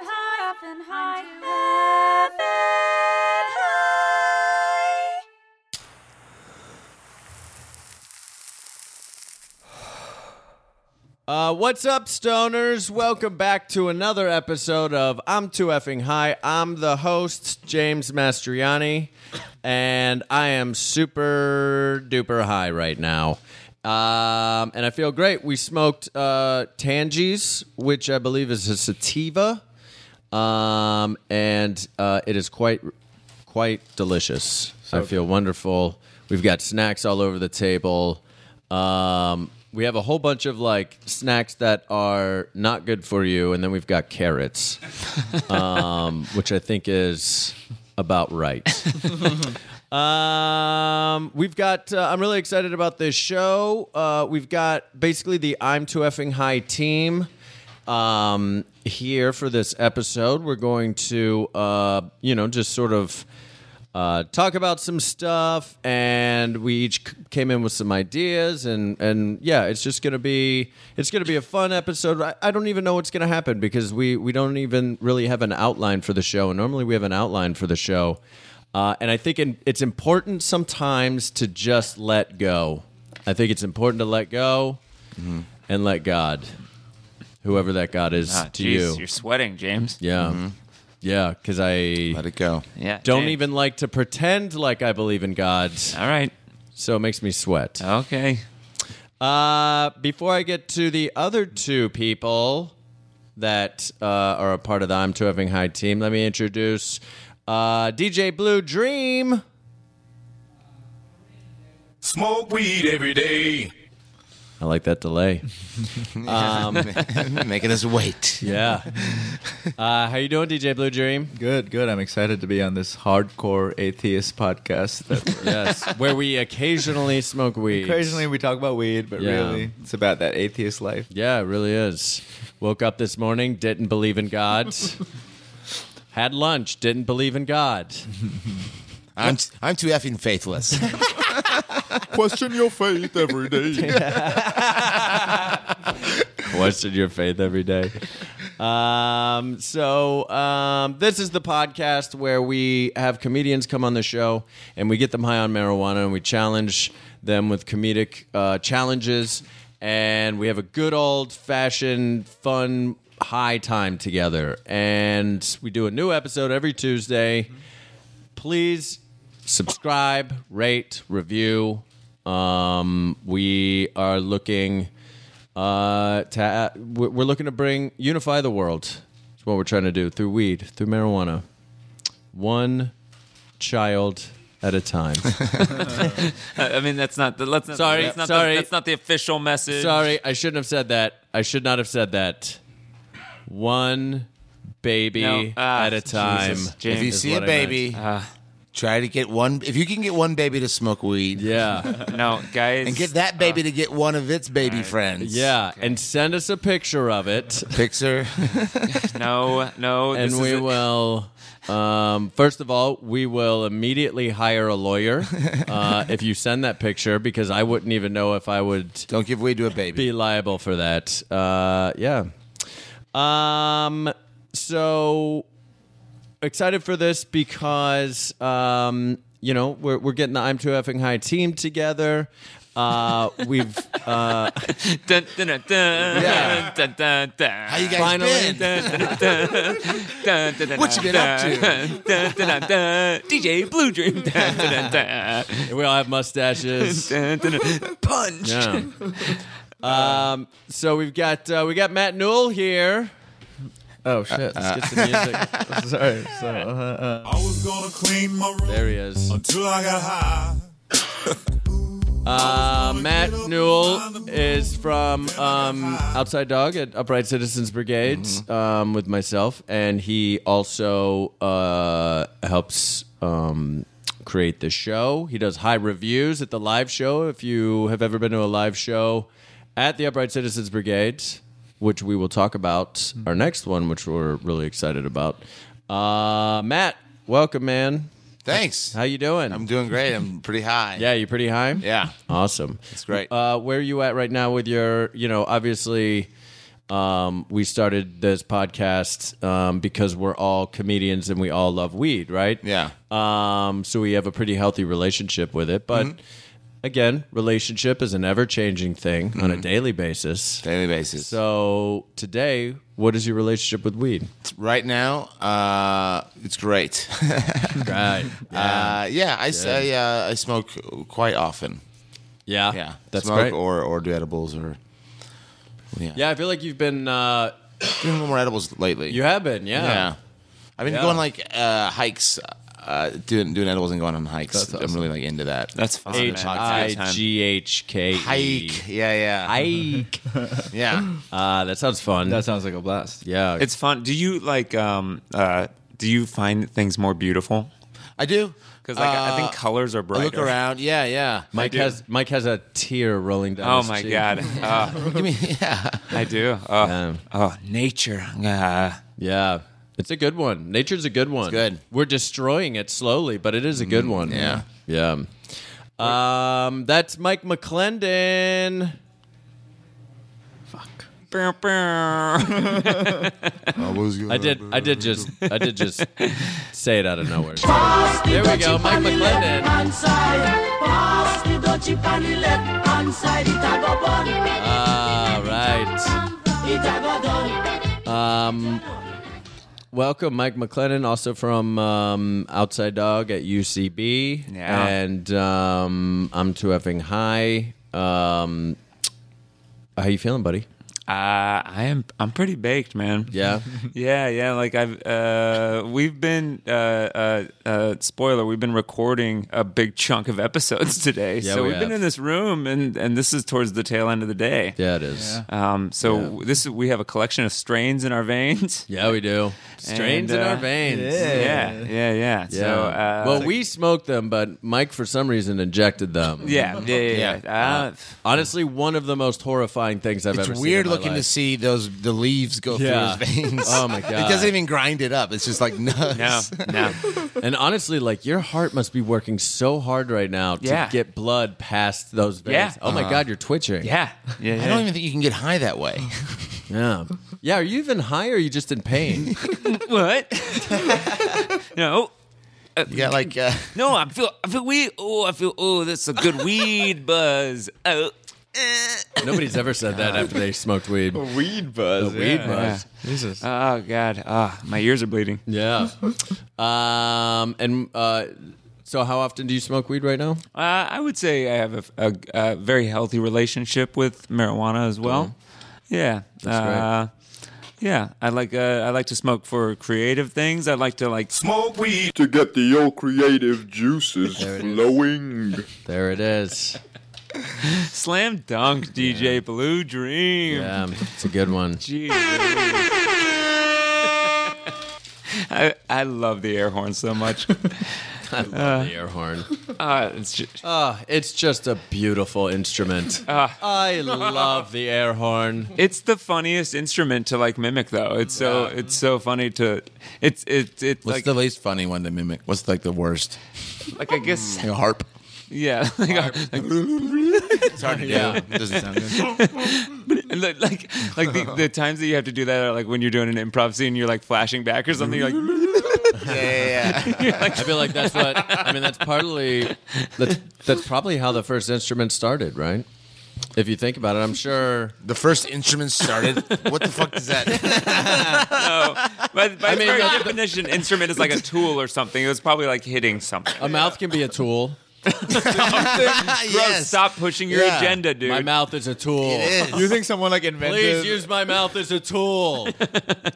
heaven high. Heaven high. Uh, what's up, stoners? Welcome back to another episode of I'm Too Effing High. I'm the host, James Mastriani, and I am super duper high right now. Um, and I feel great. We smoked uh, Tangies, which I believe is a sativa, um, and uh, it is quite quite delicious. I feel wonderful. We've got snacks all over the table. Um, we have a whole bunch of like snacks that are not good for you, and then we've got carrots, um, which I think is about right. um, we've got. Uh, I'm really excited about this show. Uh, we've got basically the I'm Too Effing High team um, here for this episode. We're going to, uh, you know, just sort of uh, talk about some stuff, and we each c- came in with some ideas, and and yeah, it's just gonna be it's gonna be a fun episode. I, I don't even know what's gonna happen because we we don't even really have an outline for the show, and normally we have an outline for the show. Uh, and I think in, it's important sometimes to just let go. I think it's important to let go and let God, whoever that God is Ah, to jeez, you. You're sweating, James. Yeah. Yeah, because I Let it go. Yeah. don't James. even like to pretend like I believe in God, All right. so it makes me sweat. Okay. Uh, before I get to the other two people that uh, are a part of the I'm Too Having High team, let me introduce uh, DJ Blue Dream. Smoke weed every day. I like that delay. Making us wait. Yeah. Uh, how you doing, DJ Blue Dream? Good, good. I'm excited to be on this hardcore atheist podcast. That Yes. Where we occasionally smoke weed. occasionally we talk about weed, but Yeah. really it's about that atheist life. Yeah, it really is. Woke up this morning, didn't believe in God. Had lunch, didn't believe in God. I'm, I'm too effing faithless. Question your faith every day. Question your faith every day. Um, so um, this is the podcast where we have comedians come on the show and we get them high on marijuana and we challenge them with comedic uh, challenges and we have a good old fashioned fun high time together and we do a new episode every Tuesday. Please subscribe, rate, review. Um, we are looking uh, to, we're we're looking to bring unify the world. That's what we're trying to do through weed, through marijuana, one child at a time. I I mean, that's not. The, let's not. Sorry, That's not sorry. The, that's not the official message. Sorry, I shouldn't have said that. I should not have said that. One baby No, uh, at a Jesus, time. James. if you Is see what a I meant. baby, uh, try to get one. If you can get one baby to smoke weed, Yeah, No, guys. and get that baby to get one of its baby friends. yeah, and send us a picture of it, Picture. No, no. and this we isn't- will. Um, first of all, we will immediately hire a lawyer uh, if you send that picture because I wouldn't even know if I would. Don't give weed to a baby. be liable for that. Uh, yeah. Um. So excited for this because um, you know we're we're getting the I'm too effing high team together. Uh, we've uh, Dun, dun, dun, dun, Yeah. dun, dun, dun. How you guys Finally. been? Dun, dun, dun, What you been dun, up to? dun, dun, dun, dun. DJ Blue Dream. Dun, dun, dun, we all have mustaches. dun, dun, dun, dun. Punch. Yeah. Um. So we've got uh, we got Matt Newell here. Oh shit! Get some music. sorry. So, uh, uh, I was gonna clean my room there he Oh, is. until I got high. Uh, Matt Newell is from um, Outside Dog at Upright Citizens Brigade Mm-hmm. um, with myself, and he also uh, helps um, create the show. He does high reviews at the live show. If you have ever been to a live show at the Upright Citizens Brigade, which we will talk about Mm-hmm. our next one, which we're really excited about. Uh, Matt, welcome, man. Thanks. How you doing? I'm doing great. I'm pretty high. yeah, you pretty high? Yeah. Awesome. It's great. Uh, where are you at right now with your, you know, obviously um, we started this podcast um, because we're all comedians and we all love weed, right? Yeah. Um, so we have a pretty healthy relationship with it. But Mm-hmm. again, relationship is an ever changing thing on a daily basis. Mm-hmm. Daily basis. So today, what is your relationship with weed? right now, uh, it's great. Right. Uh, yeah, I s- I, uh, I smoke quite often. yeah. Yeah, That's smoke great. or or do edibles or yeah. yeah, I feel like you've been. Uh, doing a little more edibles lately. you have been. Yeah. yeah. I've been Yeah. going like uh, hikes, uh, doing doing edibles and going on hikes. That's I'm awesome. really like into that. That's fun. man. H I G H K E. hike. Yeah, yeah, Hike. yeah. Ah, that sounds fun. That sounds like a blast. yeah. It's fun. Do you like? Um, uh, do you find things more beautiful? I do Because like I think Uh, colors are I brighter. look around. Yeah, yeah. Mike do. has Mike has a tear rolling down. Oh his my cheek. god. Uh, Give me, yeah. I do. Uh, Um, oh, nature. Uh, Yeah. It's a good one. Nature's a good one. good. We're destroying it slowly, but it is a Mm, good one. yeah. Yeah. Um, that's Mike McClendon. brr, brr. I did I did just I did just say it out of nowhere. There we go, Mike McClendon. All right. Um, welcome, Mike McLennan, also from um, Outside Dog at UCB. Yeah. And um, I'm too effing high. Um, how you feeling, buddy? Uh, I am. I'm pretty baked, man. Yeah. Yeah, yeah. Like I've, uh, we've been. Uh, uh, uh, spoiler: We've been recording a big chunk of episodes today, Yeah, so we we've been have. in this room, and and this is towards the tail end of the day. yeah, it is. Yeah, Um, so this we have a collection of strains in our veins. we do. Strains And, in uh, our veins. Yeah, yeah, yeah. Yeah. So, uh, well, we smoked them, but Mike, for some reason, injected them. yeah, yeah, yeah. yeah. Uh, Honestly, one of the most horrifying things I've It's ever seen. weird in my looking life. to see those the leaves go Yeah. through his veins. Oh, my God. It doesn't even grind it up. It's just like nuts. no, no. And honestly, like your heart must be working so hard right now to Yeah. get blood past those veins. Yeah. Oh my Uh-huh. God, you're twitching. Yeah, yeah, yeah. I don't even think you can get high that way. Yeah. Yeah. Are you even high or are you just in pain? what? no. You got like uh, No, I feel, I feel weed. Oh, I feel. Oh, that's a good weed buzz. Oh, Nobody's ever said that after they smoked weed. Weed Weed buzz. Weed buzz. Jesus. oh God. Ah, my ears are bleeding. Yeah. Um. And uh, so, how often do you smoke weed right now? Uh, I would say I have a, a, a very healthy relationship with marijuana as well. Yeah, great. uh, yeah. I like uh, I like to smoke for creative things. I like to like Smoke weed. to get the old creative juices flowing. There it is. slam dunk DJ Blue Dream. Yeah, it's a good one. Jeez. I I love the air horn so much. I love the air horn. Uh, it's just, Ah, it's just a beautiful instrument. Ah. I love the air horn. it's the funniest instrument to like mimic though. It's so Yeah. it's so funny to it's it's it's what's like the least funny one to mimic? What's like the worst? like I guess Like a harp. yeah like, It's hard to do. Yeah. It doesn't sound good. And like like, like the, the times that you have to do that are like when you're doing an improv scene, you're like flashing back or something. You're like, Yeah, yeah, yeah. I feel like that's what I mean. That's partly that's that's probably how the first instrument started, right? If you think about it, I'm sure. The first instrument started. What the fuck does that? by, by its mean, very like- definition, instrument is like a tool or something. It was probably like hitting something. A mouth can be a tool. Bro, yes. stop pushing your Yeah. agenda, dude. My mouth is a tool. It is. You think someone like invented? Please use my mouth as a tool.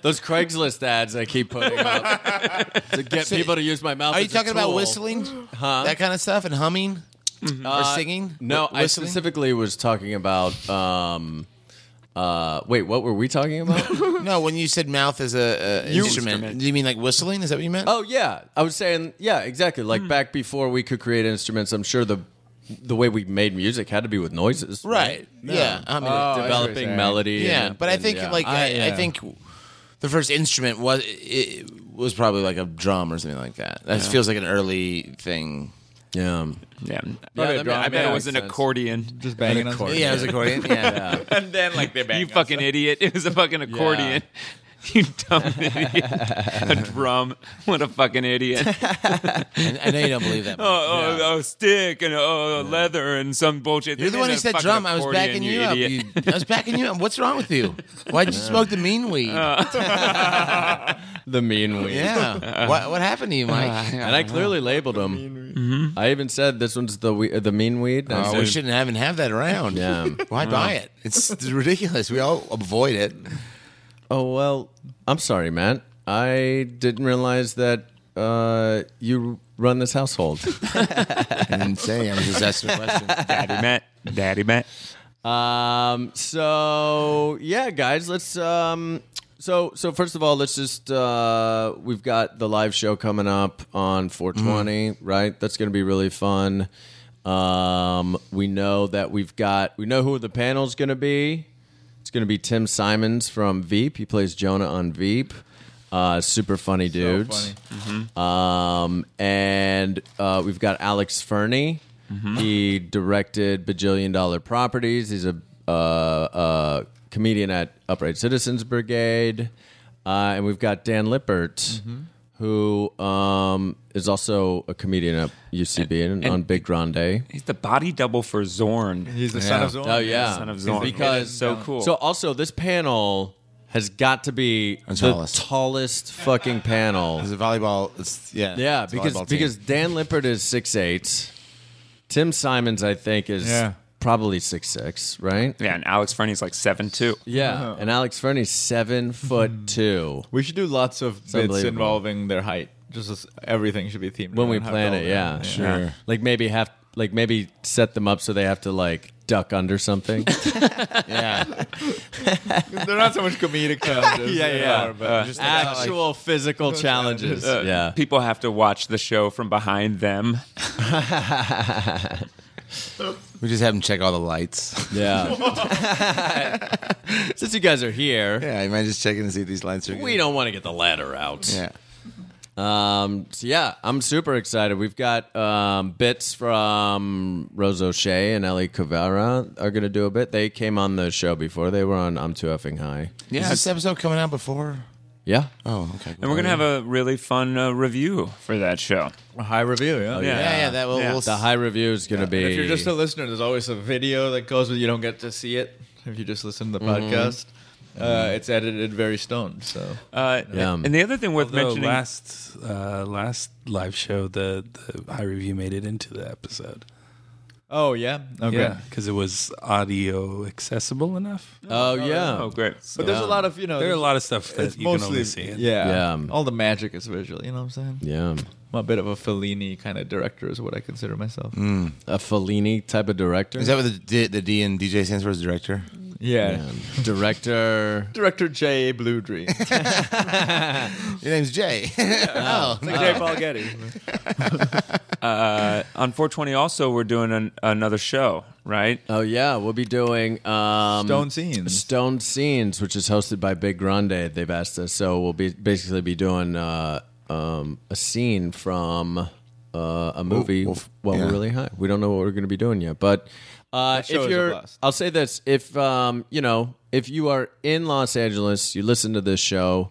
Those Craigslist ads I keep putting up to get people to use my mouth. Are you as a talking about tool. whistling? Huh? Mm-hmm. Uh, That kind of stuff and humming or singing? No, Wh- I whistling? specifically was talking about. Um, uh, wait, what were we talking about? No, when you said mouth as a, a instrument, Instrument. do you mean like whistling? Is that what you meant? Oh yeah, I was saying yeah, exactly. Like back before we could create instruments, I'm sure the the way we made music had to be with noises, Uh, right. Yeah. I mean, Oh, I see what you're Developing saying. melody. yeah, and- but I and, think yeah. like I, I, I yeah. think the first instrument was it was probably like a drum or something like that. That feels like an early thing. Yeah. Yeah, probably Yeah, a that drum. ma- I bet yeah, it was an makes sense. accordion. Just banging on accordion. Yeah, it was accordion. Yeah. And then like they're you fucking idiot. It was a fucking accordion. You dumb idiot. a drum. What a fucking idiot. I, I know you don't believe that. Mike. Oh, oh, oh stick and oh, leather and some bullshit. You're the Then one who a said fucking drum. I was accordion, backing you you up. idiot. You, I was backing you up. What's wrong with you? Why'd you smoke the mean weed? The mean weed. yeah. What, what happened to you, Mike? And I clearly labeled them. I even said this one's the we- uh, the mean weed. I Oh, said- we shouldn't have and have that around. Yeah. Why buy it? It's, it's ridiculous. We all avoid it. Oh well, I'm sorry, Matt. I didn't realize that uh, you run this household. And say I was just asking a question. Daddy Matt. Daddy Matt. um. So yeah, guys, let's um. So so first of all, let's just uh, we've got the live show coming up on 420, right? That's going to be really fun. Um, we know that we've got we know who the panel's going to be. It's going to be Tim Simons from Veep. He plays Jonah on Veep. Uh, super funny dude. funny. Um, and uh, we've got Alex Fernie. He directed Bajillion Dollar Properties. He's a uh, uh, comedian at Upright Citizens Brigade. Uh, and we've got Dan Lippert, who um, is also a comedian at UCB and, and- on Big Grande. He's the body double for Zorn. He's the son of Zorn. Oh, yeah. Son of Zorn. Because um, so um, cool. So also this panel has got to be the tallest. tallest, fucking panel. It's a volleyball. It's, yeah. Yeah, it's a because volleyball team. because Dan Lippert is six eight. Tim Simons, I think, is Yeah. probably six six, right? yeah, and Alex Fernie's like seven two. Yeah, and Alex Fernie's seven foot two. Uh-huh. Hmm. We should do lots of bits unbelievable. involving their height. Just as everything should be themed When we around how plan tall it, they are. yeah, Like maybe have like maybe set them up so they have to like duck under something. Yeah. They're not so much comedic challenges. Yeah, they yeah. Uh, are, but just like, Actual physical challenges. Uh, yeah. People have to watch the show from behind them. We just have them check all the lights. Yeah. Since you guys are here, Yeah. You might just check in and see if these lights are good. we don't want to get the ladder out. Yeah. Um, so yeah, I'm super excited. We've got um, bits from Rose O'Shea and Ellie Cavera are going to do a bit. They came on the show before. They were on I'm Too Effing High. Is this episode coming out before? Yeah. Oh, okay. And we're gonna have a really fun uh, review for that show. a high review. Oh, Yeah. yeah. Yeah, yeah. That will. Yeah. We'll, The high review is going to be. And if you're just a listener, there's always a video that goes with. You don't get to see it if you just listen to the Mm-hmm. podcast. Uh, it's edited very stoned. So Uh, Yeah. And the other thing worth Although mentioning, last uh, last live show, the the high review made it into the episode. oh yeah, okay. because it was audio accessible enough. oh yeah. oh great, But there's a lot of you know. there are a there's- lot of stuff that It's you mostly can only see. in- yeah. Yeah. All the magic is visual. You know what I'm saying? Yeah. I'm a bit of a Fellini kind of director is what I consider myself. Mm. A Fellini type of director. is that what the D, the D and DJ stands for? Is director? Yeah. Um, director. Director J. A. Blue Dream. Your name's Jay. oh, J. Paul Getty. Uh, on 420 also we're doing an, another show right Oh yeah, we'll be doing um, Stone Scenes. Stone Scenes, which is hosted by Big Grande. They've asked us, so we'll be basically be doing uh, um, a scene from uh, a movie Wolf- while yeah. we're really high. We don't know what we're going to be doing yet, but uh, show is if a you're, blast. I'll say this: if um, you know, if you are in Los Angeles, you listen to this show.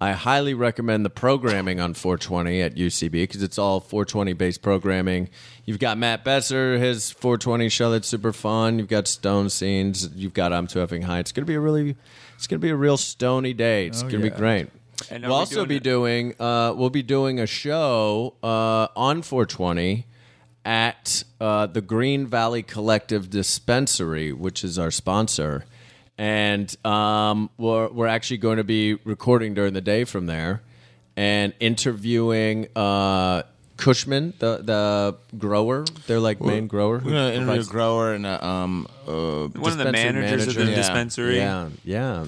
I highly recommend the programming on 420 at UCB because it's all 420 based programming. You've got Matt Besser, his 420 show that's super fun. You've got Stone Scenes. You've got I'm Too Effing High. It's gonna be a really, it's gonna be a real stony day. It's gonna be yeah. great. And are we'll we also doing be it- doing, uh, we'll be doing a show uh, on 420 at uh, the Green Valley Collective Dispensary, which is our sponsor. And um, we're, we're actually going to be recording during the day from there and interviewing uh, Cushman, the, the grower, their like main grower. We're gonna interview a grower and a, um, uh, one of the dispensary managers of manager. the Yeah. dispensary Yeah, yeah.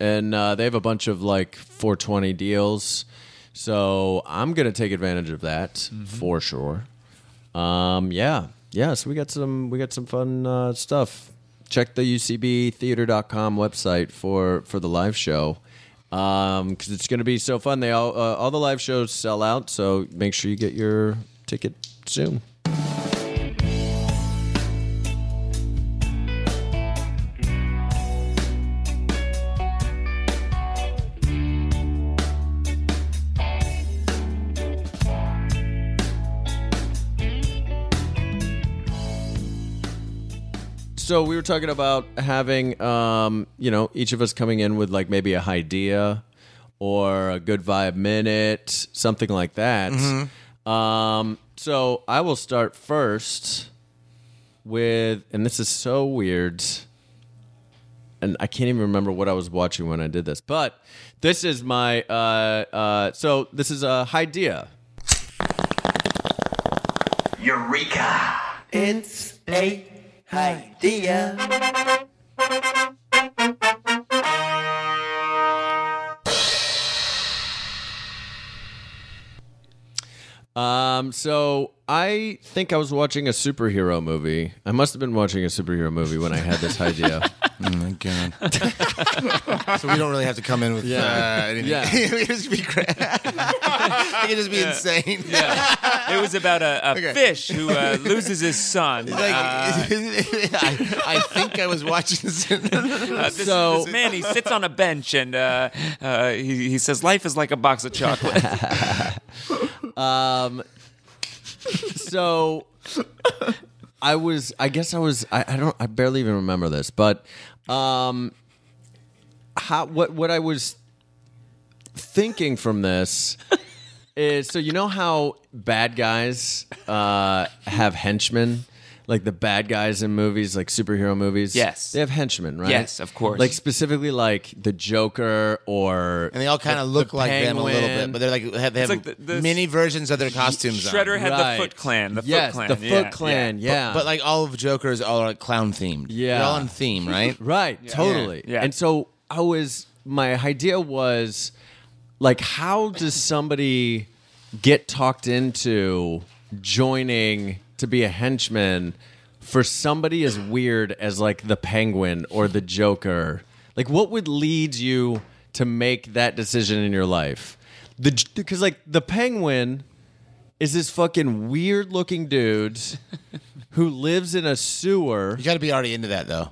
And uh, they have a bunch of like 420 deals. So I'm going to take advantage of that Mm-hmm. for sure. Um, yeah. Yeah, so we got some we got some fun uh, stuff. Check the ucbtheater.com website for for the live show. Um, cuz it's going to be so fun. They all uh, all the live shows sell out, so make sure you get your ticket soon. so we were talking about having, um, you know, each of us coming in with like maybe a idea or a good vibe minute, something like that. Um, so I will start first with, and this is so weird. And I can't even remember what I was watching when I did this, but this is my. Uh, uh, so this is a idea. Um, so I think I was watching a superhero movie. I must have been watching a superhero movie when I had this idea. Oh my god. so we don't really have to come in with uh, anything. Yeah. it could just be cra- it could just be insane. It was about a, a fish who uh, loses his son. Like, Uh, I, I think I was watching this. uh, this, so- this man, he sits on a bench and uh, uh, he, he says, "Life is like a box of chocolate." so I was I guess I was I, I don't I barely even remember this, but um how what what I was thinking from this is so you know how bad guys uh have henchmen? Like the bad guys in movies, like superhero movies. Yes. They have henchmen, right? Yes, of course. Like specifically like the Joker or And they all kind of look like them a little penguin. bit, but they're like have, they have like the- the- mini versions of their costumes. Shredder on. had Right. the Foot Clan. The yes, Foot Clan. the Foot yeah, Clan, yeah. yeah. But like all of Joker's all are like clown themed. Yeah. they're all in theme, right? Right, totally. Yeah. And so I was my idea was like how does somebody get talked into joining to be a henchman for somebody as weird as like the penguin or the joker? Like what would lead you to make that decision in your life? The because like the penguin is this fucking weird looking dude who lives in a sewer. You got to be already into that though.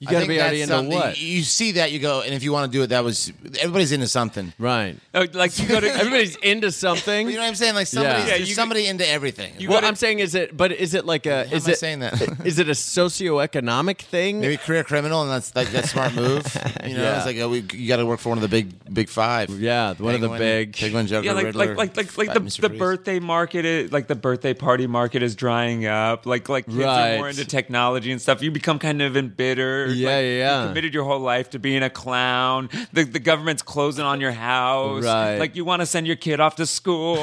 You I got to think be already that's into something- what? You see that, you go, and if you want to do it, that was everybody's into something. Right. Oh, like you go to Everybody's into something. You know what I'm saying? Like somebody's Yeah, there's you- somebody into everything. you well, gotta- I'm saying is it, but is it like a? is am I it saying that? is it a socioeconomic thing? Maybe career criminal, and that's like that smart move. You know, Yeah. it's like oh, we, you got to work for one of the big big five. Yeah, one of the Penguin, big- Penguin Joker, yeah, like, Riddler, like like like uh, like the, Mr. the Freeze. birthday market, is, like the birthday party market is drying up. Like like kids Right. are more into technology and stuff. You become kind of embittered. Yeah, like, yeah, yeah. You committed your whole life to being a clown. The the government's closing on your house. Right. Like you want to send your kid off to school.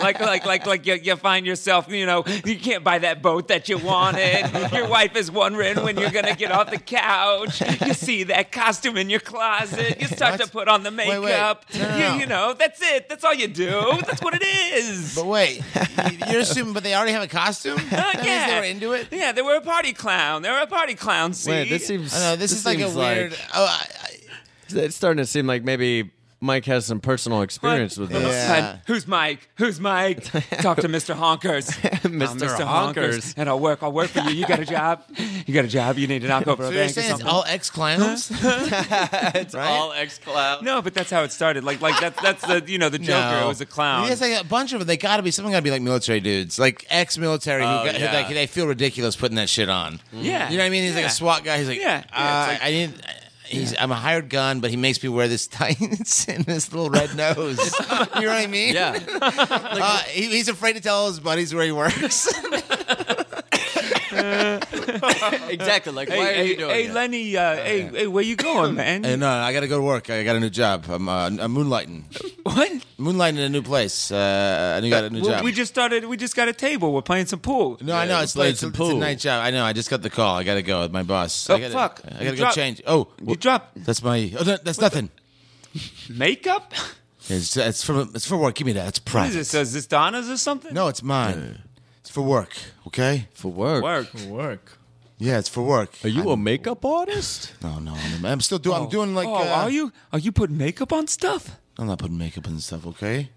like like like like you, you find yourself. You know you can't buy that boat that you wanted. your wife is wondering when you're gonna get off the couch. You see that costume in your closet. You start to What? put on the Wait, wait. makeup. No, no, You- no. you know know, that's it. That's all you do. That's what it is. But wait, y- you're assuming, but they already have a costume. Uh, that means they were into it. Yeah, they were a party clown. They were a party clown. See? Wait, this seems. I know this, is like a seems weird. oh, I, I, It's starting to seem like maybe Mike has some personal experience with this. Yeah. Hun, who's Mike? Who's Mike? Talk to Mr. Honkers. I'm Mr. Honkers. And I'll work. I'll work for you. You got a job. You got a job. You need to knock over a so you're bank or saying it's something. all ex clowns? it's all X Cloud. no, but that's how it started. Like, like that's that's the you know the Joker was a clown. Yes, like a bunch of them. They got to be. Someone got to be like military dudes, like ex-military. who, got, who, yeah. like, they feel ridiculous putting that shit on. Yeah. you know what I mean. He's like Yeah. a SWAT guy. He's like, Yeah. Mm-hmm. yeah, Yeah, it's uh, like- I didn't. He's, I'm a hired gun, but he makes me wear this tights and this little red nose. you know what I mean? Yeah, Uh, he, he's afraid to tell his buddies where he works. exactly. Like, Hey, hey, hey Lenny. Uh, hey, hey, where you going, man? Oh, and uh, I got to go to work. I got a new job. I'm, uh, I'm moonlighting. what? Moonlighting in a new place. Uh, I knew I got a new Well, job. we just started. We just got a table. We're playing some pool. No, I know it's played late. It's, some it's a pool. night job. I know. I just got the call. I gotta go with my boss. Oh, I gotta, fuck. I You gotta go dropped- change. Oh, You dropped that's my. Oh, that, that's nothing. makeup. It's, it's for it's for work. Give me that. It's What is private. this? Is this Donna's or something? No, it's mine. It's for work. Okay. for work. Work. Work. Yeah, it's for work. Are you a makeup artist? No, no. I'm, I'm still doing. I'm doing like. oh, uh, are you? Are you putting makeup on stuff? I'm not putting makeup and stuff. Okay.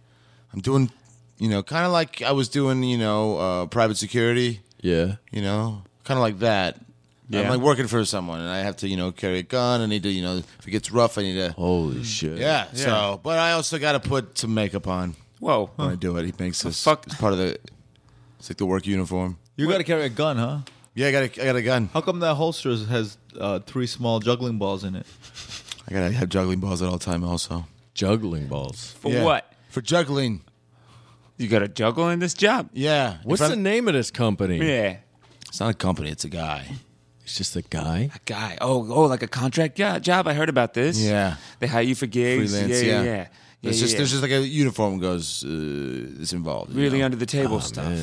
I'm doing. You know, kind of like I was doing. You know, uh, private security. Yeah. you know, kind of like that. I'm like working for someone, and I have to, you know, carry a gun. I need to, you know, if it gets rough, I need to. Hmm. Holy shit. Yeah. So, but I also got to put some makeup on Whoa. when I do it. He makes this. fuck? It's part of the. It's like the work uniform. You got to carry a gun, huh? Yeah, I got a, I got a gun. How come that holster has uh, three small juggling balls in it? I gotta have juggling balls at all time. Also, Juggling balls. For Yeah. what? For juggling. You got to juggle in this job. Yeah. If What's I'm- the name of this company? Yeah. It's not a company. It's a guy. It's just a guy. Guy. Oh, oh, like a contract yeah, job. I heard about this. Yeah. They hire you for gigs. Freelance. yeah, Yeah. yeah. yeah. Yeah, It's just yeah. there's just like a uniform goes uh, is involved. you really know? under the table Oh, stuff.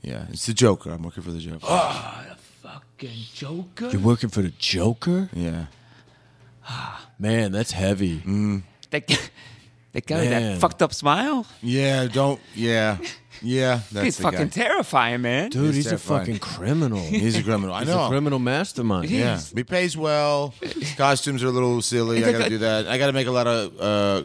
Yeah. It's the Joker. I'm working for the Joker. Oh. Fucking Joker. You're working for the Joker? Yeah. Man, that's heavy. That guy, that guy with Man. that fucked up smile. Yeah. Don't. Yeah. Yeah. That's He's the fucking guy. terrifying, man. Dude, He's he's, a terrifying. fucking criminal. He's a criminal. I He's know. a criminal mastermind. Yeah, he pays well. Costumes are a little silly. I gotta do that. I gotta make a lot of uh,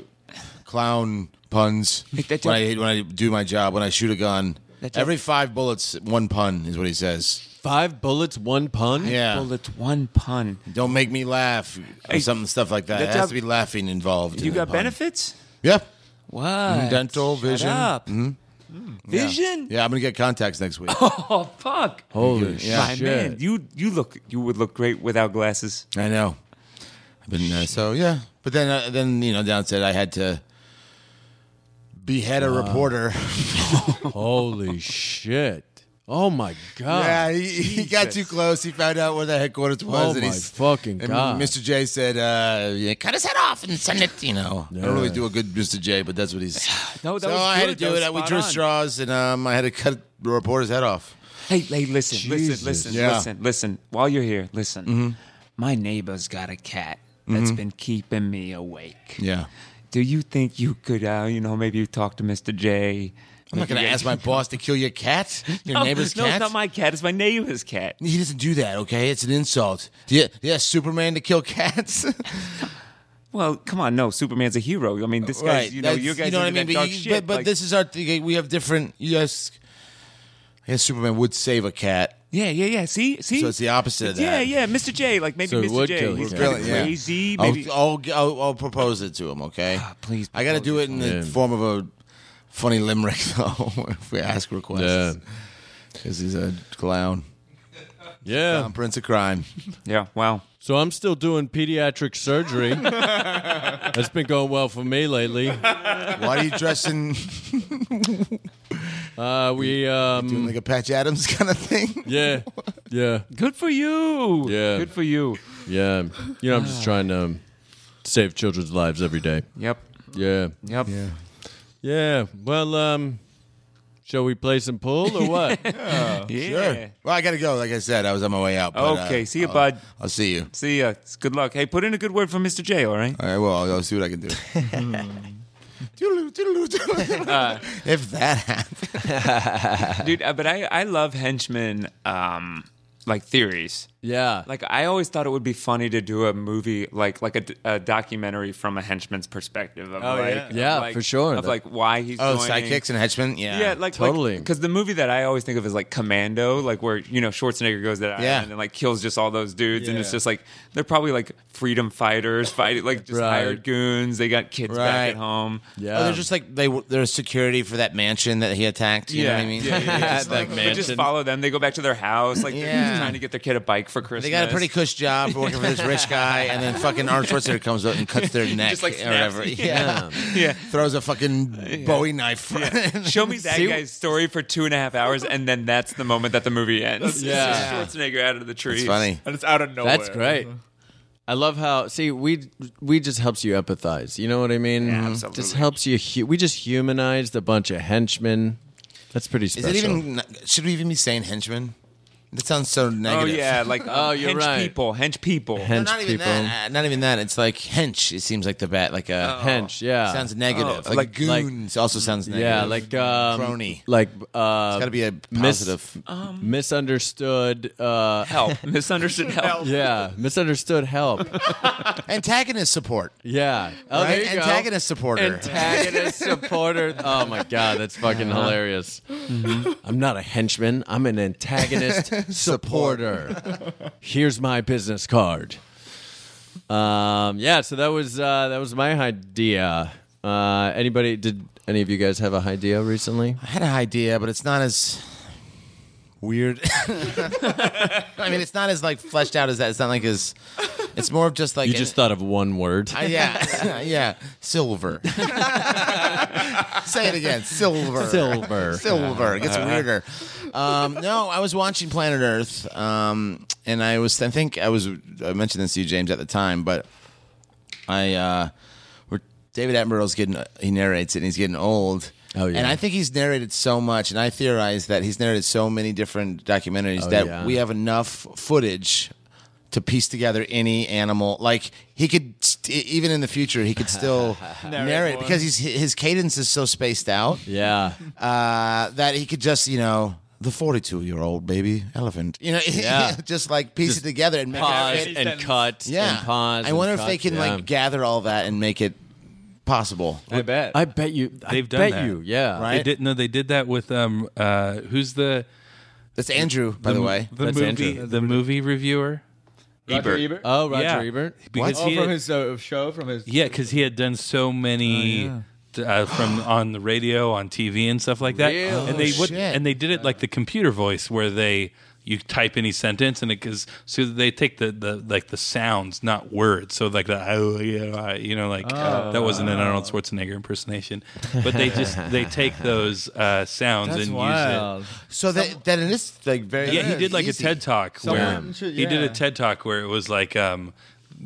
clown puns Make that when joke. I when I do my job. When I shoot a gun, That joke. every five bullets, one pun is what he says. Five bullets, one pun. Yeah, Bullets, one pun. don't make me laugh. Or Hey, something stuff like that. that It has job- to be laughing involved. in You the got pun. benefits? Yeah, What? dental, Shut vision. Mm-hmm. Up. Vision? yeah. I'm gonna get contacts next week. Oh fuck. Holy My shit. man, you you look you would look great without glasses. I know. I've been uh, so yeah, but then uh, then you know down said I had to behead a Uh, reporter. Holy shit. Oh my god. Yeah, he, he got too close. He found out where the headquarters was. Oh and my he's, fucking and God. Mr. J said, uh, yeah, "Cut his head off and send it." You know, I don't really do a good Mr. J, but that's what he's. No, that so was I had to good. do That it. was We spot drew on. straws, and um, I had to cut the reporter's head off. Hey, hey, listen, Jesus. listen, listen, Yeah. Mm-hmm. listen, listen. While you're here, listen. My neighbor's got a cat that's been keeping me awake. Yeah, Do you think you could, uh, you know, maybe talk to Mister J? Oh, I'm not gonna ask my boss to kill your cat, your neighbor's no, cat. it's not my cat. It's my neighbor's cat. he doesn't do that. Okay, it's an insult. Yeah, yeah, Superman to kill cats. Well, come on, no, Superman's a hero. I mean, this guy's, you know, that's- you guys, what I into that mean. But, dark you- shit, but, but like- this is our thing. We have different. Yes, I guess Superman would save a cat. yeah, yeah, yeah. See, see, So it's the opposite of yeah, that. yeah. Mister J, like maybe So it Mister would J, kill he's you. kinda Really, yeah. crazy. I'll, Maybe I'll, I'll, I'll propose it to him, okay? please I got to do it in the Yeah. form of a funny limerick, though, if we ask Yeah. requests. Because he's a clown. Yeah. I'm Prince of Crime. yeah. Wow. So I'm still doing pediatric surgery. That's been going well for me lately. Why are you dressing Uh, we um, like a Patch Adams kind of thing? yeah, yeah, Good for you. Yeah. Good for you. yeah. You know, I'm just trying to save children's lives every day. Yep. Yeah, Yep. yeah. Well, um, shall we play some pool or what? Yeah. Sure. Well, I got to go. Like I said, I was on my way out. but, uh, Okay, see you, I'll- bud. I'll see you. See ya. It's good luck. Hey, put in a good word for Mr. J, all right? All right, well, I'll, I'll see what I can do. Toodaloo, toodaloo, toodaloo. if that happened. Dude, uh, but I, I love henchmen um, like theories. yeah, Like I always thought it would be funny to do a movie like like a, d- a documentary from a henchman's perspective of like yeah. of, Yeah, like- for sure. of like why he's Oh, joining. sidekicks and henchmen? Yeah. Yeah, like Totally. Because the movie that I always think of is like Commando, like where you know Schwarzenegger goes to that Yeah. island and like kills just all those dudes, and it's Yeah. just like they're probably like freedom fighters fighting like just Right. hired goons. They got kids back Right. at home. yeah. Oh, they're just like they were- they're security for that mansion that he attacked. You know what I mean? Yeah, yeah, yeah. Just, like, Like but just mansion. follow them. They go back to their house. Like they're Yeah. just trying to get their kid a bike for Christmas. They got a pretty cush job for working for this rich guy, and then fucking Arnold Schwarzenegger comes up and cuts their neck Just, like, or whatever. snaps. Yeah. yeah. Throws a fucking Bowie knife. Show me that See- guy's story for two and a half hours, and then that's the moment that the movie ends. Yeah. It's just Schwarzenegger out of the tree. It's funny. And it's out of nowhere. That's great. I love how see we we just helps you empathize. You know what I mean? Mm-hmm. absolutely. Just helps you. Hu- we just humanized a bunch of henchmen. That's pretty Is special. it even? Should we even be saying henchman? That sounds so Oh negative. yeah, like Oh, you're hench right. people, hench people. hench Not even people? that. uh, Not even that. It's like hench. It seems like the bat. Like a Oh. Hench, yeah. Sounds negative. Oh, like, like- like- goons also sounds negative. Yeah, like um, Crony. Like uh, Got to be a mis- positive. misunderstood. Uh, Help, misunderstood help. yeah, misunderstood help. Antagonist support. Yeah. Oh, there Right? you go. Antagonist supporter. Antagonist supporter. Oh my god, that's fucking hilarious. Mm-hmm. I'm not a henchman. I'm an antagonist supporter. Here's my business card. Um, yeah. So that was uh, that was my idea. Uh, anybody? Did any of you guys have a idea recently? I had an idea, but it's not as weird. I mean, it's not as like fleshed out as that. It's not like as. It's more of just like You just thought of one word. Uh, yeah, yeah, silver. Say it again, silver, Silver. silver. It gets weirder. Um, no, I was watching Planet Earth, um, and I was. I think I was. I mentioned this to you, James, at the time, but I. Uh, where David Attenborough's getting. He narrates it, and he's getting old. Oh, yeah. And I think he's narrated so much, and I theorize that he's narrated so many different documentaries Oh, that yeah. we have enough footage to piece together any animal. Like he could, st- even in the future, he could still narrate, one. because he's, his cadence is so spaced out Yeah. uh, that he could just, you know, the forty-two-year-old baby elephant, you know, Yeah. just like piece it together and make it Pause fit. and cut. Yeah, And pause. I and wonder if cut. they can Yeah. like gather all that and make it possible. I bet. I bet you. They've I done bet that. you. Yeah. Right? They did no, they did that with um uh who's the That's Andrew, by the, way. the That's movie Andrew. the movie reviewer Roger Ebert. Oh, Roger Yeah. Ebert. because oh, he from had, his uh, show, from his. yeah because he had done so many. Uh, from on the radio, on TV, and stuff like that, Really? and they Oh, would, shit. and they did it like the computer voice, where they you type any sentence, and it because so they take the, the like the sounds, not words. So like the oh yeah, I," you know, like uh, that wasn't an Arnold Schwarzenegger impersonation, but they just they take those uh, sounds That's and use it. wild. So that that it is like very Yeah, he did like easy. a TED talk where Someone should- he did a yeah. TED talk where it was like um,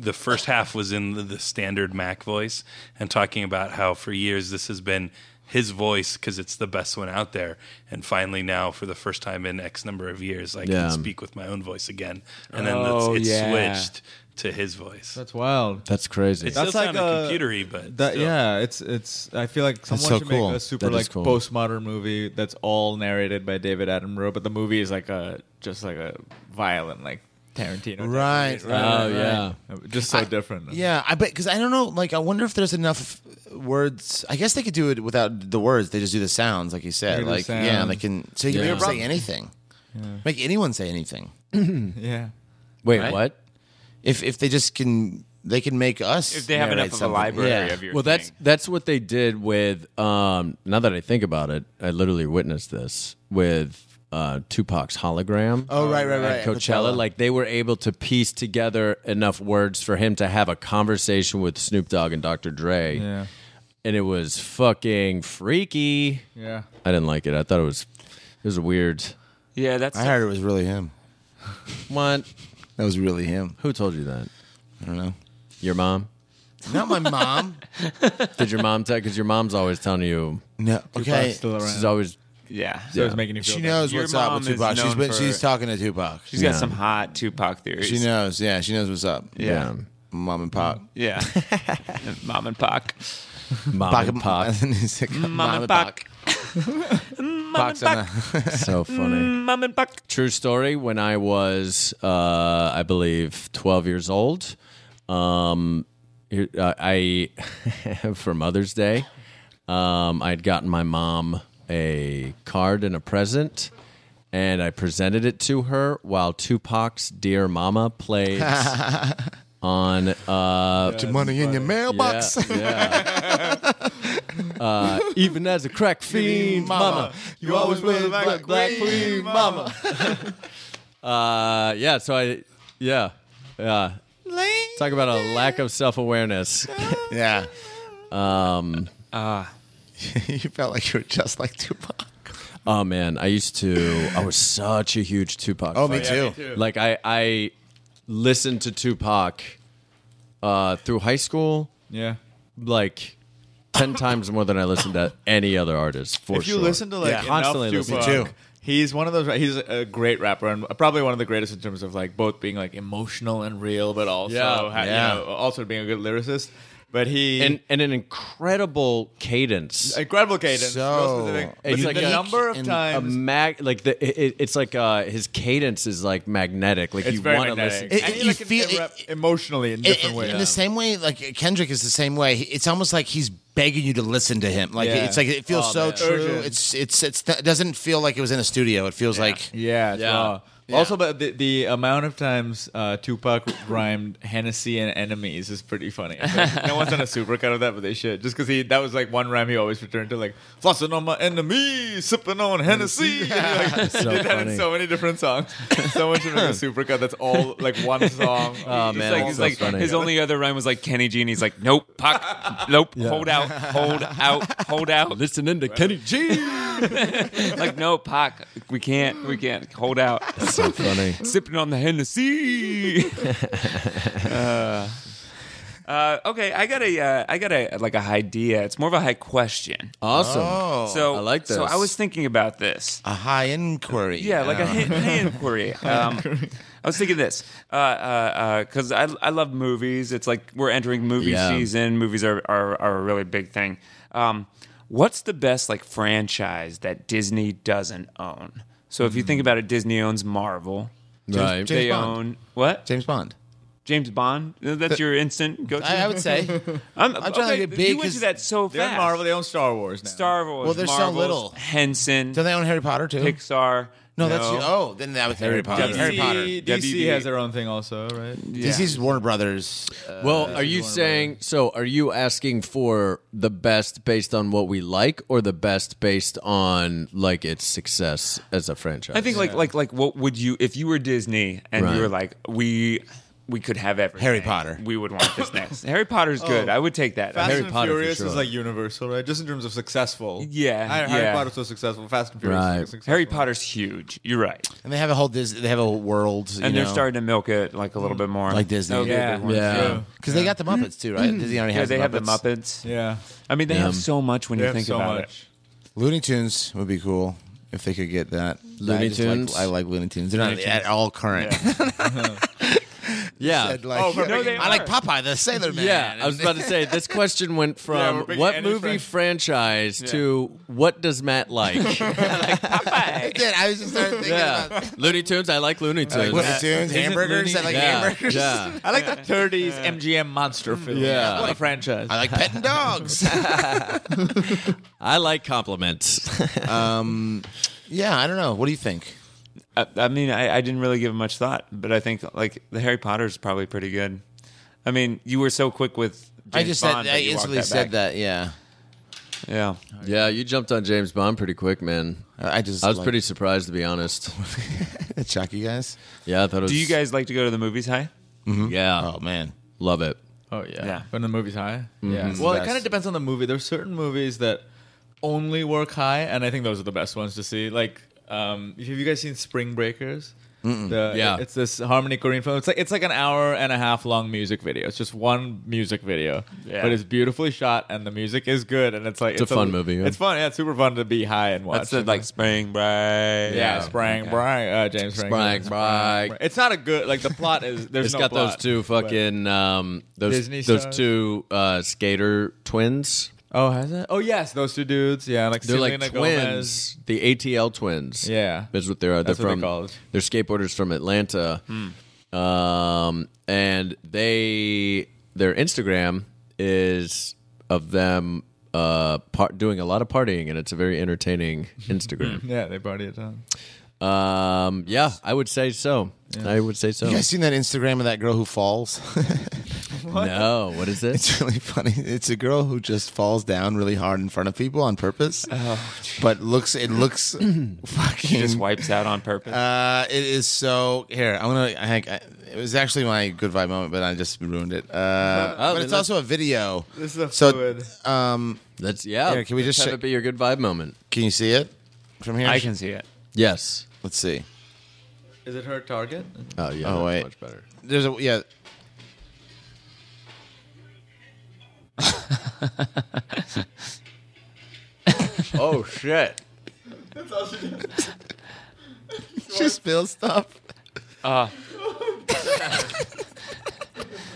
the first half was in the, the standard Mac voice and talking about how for years this has been his voice because it's the best one out there, and finally now for the first time in X number of years I Yeah. can speak with my own voice again, and then Oh, it's, it's yeah. switched to his voice. That's wild. That's crazy. it still that's like sounded a- computery, but That still. yeah, it's it's. I feel like someone so should cool. make a super That is like cool. postmodern movie that's all narrated by David Attenborough, but the movie is like a just like a violent like Tarantino. type of Right, movie. right, Oh, right, yeah. just so different. Yeah, I bet because I don't know. Like, I wonder if there's enough words. I guess they could do it without the words. They just do the sounds, like you They said. do the Like, yeah, sounds. they can. So you can Yeah. make them say anything. Make anyone say anything. yeah. Wait, Right? what? If if they just can, they can make us. If they have narrate enough of a something. library Yeah. of your Well, that's thing. that's what they did with. Um, now that I think about it, I literally witnessed this with uh, Tupac's hologram. Oh right, right, right. at Coachella. Like they were able to piece together enough words for him to have a conversation with Snoop Dogg and Dr. Dre. Yeah. And it was fucking freaky. Yeah. I didn't like it. I thought it was it was weird. yeah, that's I heard it was really him. What? That was really him. Who told you that? I don't know. Your mom? Not my mom. Did your mom tell? Because your mom's always telling you. no. Okay. Tupac's still around. She's always. yeah. so it's making you feel. She bad. knows Your what's up mom with is Tupac. She's known been, for- she's talking to Tupac. She's got some hot Tupac theories. She knows. Yeah, she knows what's up. Yeah. Mom and Pop. Yeah, mom and Pac. Mom Pac and pop. Mom and Pac. Mom and Pac's on Pac. so funny. Mom and Pac. True story. When I was, uh, I believe, 12 years old, um, here- uh, I for Mother's Day, um, I had gotten my mom a card and a present, and I presented it to her while Tupac's "Dear Mama" played on. Uh, the money in your mailbox. yeah, yeah. Uh, even as a crack fiend, mama, you always will like black, a black queen, queen, mama. uh, yeah, so I, yeah, yeah. Talk about a lack of self awareness. Yeah. Um, Ah. you felt like you were just like Tupac. oh man, I used to. I was such a huge Tupac. Oh, fan. me, too. Like I, I listened to Tupac uh, through high school, Yeah. like ten times more than I listened to any other artist. For if you sure. listen to like Yeah. enough Constantly listen. Tupac, Me too. he's one of those. He's a great rapper and probably one of the greatest in terms of like both being like emotional and real, but also Yeah. ha- Yeah. You know, also being a good lyricist. But he and and an incredible cadence. incredible cadence, So real specific. But It's the, like the a- number of and a times mag like the it, it's like uh his cadence is like magnetic like it's you very want to listen magnetic. to It- it- And he, you like, can feel- rap it- emotionally in different In- in- ways. In the same way, like Kendrick is the same way. He- It's almost like he's begging you to listen to him. Like Yeah. it's like it feels Oh, so man. true. Urgent. It's it's it's it doesn't feel like it was in a studio. It feels like yeah, it's Yeah. raw. Also, but the, the amount of times uh, Tupac rhymed Hennessy and enemies is pretty funny. It's like, no one's done a supercut of that, but they should. Just because he that was like one rhyme he always returned to, like flossing on my enemies, sipping on Hennessy. And he, like, So did that funny. in so many different songs. Someone should make a supercut that's all like one song. Oh, man, that's It's like, it's so like funny. his only other rhyme was like Kenny G, and he's like, nope, puck, nope, hold out, hold out, hold out. Listening to Kenny G. like, no, Pac, we can't, we can't, hold out. so funny. Sipping on the Hennessy. uh, uh, okay, I got a, uh, I got a like a idea. It's more of a high question. Awesome. Oh, so I like So this. I was thinking about this. a high inquiry. Yeah, like a Uh, hand, hand inquiry. Um, I was thinking this because uh, uh 'cause I, I love movies. It's like we're entering movie Yeah. season. Movies are, are, are a really big thing. Um, what's the best like franchise that Disney doesn't own? So if you think about it, Disney owns Marvel. right. Hmm. James they Bond. own what? James Bond. James Bond. That's your instant go-to. I, I would say. I'm, I'm trying to get big You went 'cause to that so They're fast. Marvel. They own Star Wars now. Star Wars. Well, they're so Marvels, little. Henson. Don't they own Harry Potter too? Pixar. no, that's oh, then that was Harry Potter. DC, Harry Potter. DC WB. has their own thing also, right? Yeah. DC's Warner Brothers. Well, are you saying so? Are you asking for the best based on what we like, or the best based on like its success as a franchise? I think like like like what would you if you were Disney and Right. you were like we we could have everything. Harry Potter. We would want this next. Harry Potter's good. Oh. I would take that. Fast Harry and Potter for Furious sure. is like universal, right? Just in terms of successful. Yeah, I- Harry yeah. Potter's so successful. Fast and Furious. Right. Is successful. Harry Potter's huge. You're right. And they have a whole Disney, they have a world. And they're starting to milk it like a little bit more. Oh, Like Disney. That'll be a Yeah. big one. Yeah. Yeah. because they got the Muppets too, right? Disney already Yeah, has they the have the Muppets. Muppets. Yeah. I mean, they have Yeah. so much when They you have think so about much. Looney Tunes would be cool if they could get that. Looney I just like- Tunes? I like Looney Tunes. They're not at all current. yeah, I'd like- Oh, but no, they I like are. Popeye the Sailor Man. yeah. I was about to say this question went Yeah, from we're picking what any movie franchise. franchise to what does Matt like? it. Dude, I was just started thinking yeah, Looney Tunes. I like Looney Tunes. Looney Tunes, it hamburgers. I Looney- like yeah, hamburgers. yeah. I like the 30s MGM monster film. Yeah. What a franchise. I like petting dogs. I like compliments. yeah, I don't know. What do you think? I, I mean, I, I didn't really give it much thought, but I think like the Harry Potter's probably pretty good. I mean, you were so quick with. James I just Bond, said. I but you walked instantly that said back. that. Yeah, Yeah. yeah, you jumped on James Bond pretty quick, man. I just. I was like- pretty surprised, to be honest. Chucky guys. Yeah, I thought it was. Do you guys like to go to the movies high? Yeah, Oh man. love it. Oh yeah. Yeah. When the movie's high. Yeah. It's Well, the it kind of best. depends on the movie. There's certain movies that only work high, and I think those are the best ones to see. Like, um, have you guys seen Spring Breakers? The- Yeah. it's this harmony Korean film. It's like it's like an hour and a half long music video. It's just one music video, Yeah. but it's beautifully shot and the music is good. And it's like it's, a fun movie, yeah. It's fun. Yeah, it's super fun to be high and watch. That's the like spring break. yeah, Spring Break. Uh, James Spring break. It's not a good like the plot is. There's It's no got those plot, two but- fucking um, those Disney those stars. two uh, skater twins. Oh, has it? Oh yes, those two dudes. Yeah, like They're Selena like twins, Gomez. the ATL twins. Yeah. is what they are. They're That's what they from call it. Hmm. they're skateboarders from Atlanta, um, and they their Instagram is of them uh, par- doing a lot of partying, and it's a very entertaining Instagram. Yeah, they party it down. um, yeah, I would say so. I would say so. You guys seen that Instagram of that girl who falls? No, what is this? It's really funny. It's a girl who just falls down really hard in front of people on purpose, but looks it looks fucking. Just wipes out on purpose. Uh, it is so here. I'm gonna. I think I, it was actually my good vibe moment, but I just ruined it. Uh, but it's also a video. This is a so. fluid. Um, That's yeah. Here, can we just have sh- it be your good vibe moment? can you see it from here? I can see it. Yes. Let's see. Is it her target? Oh yeah. that's Oh, wait. Much better. There's a yeah. Oh shit! She spills stuff.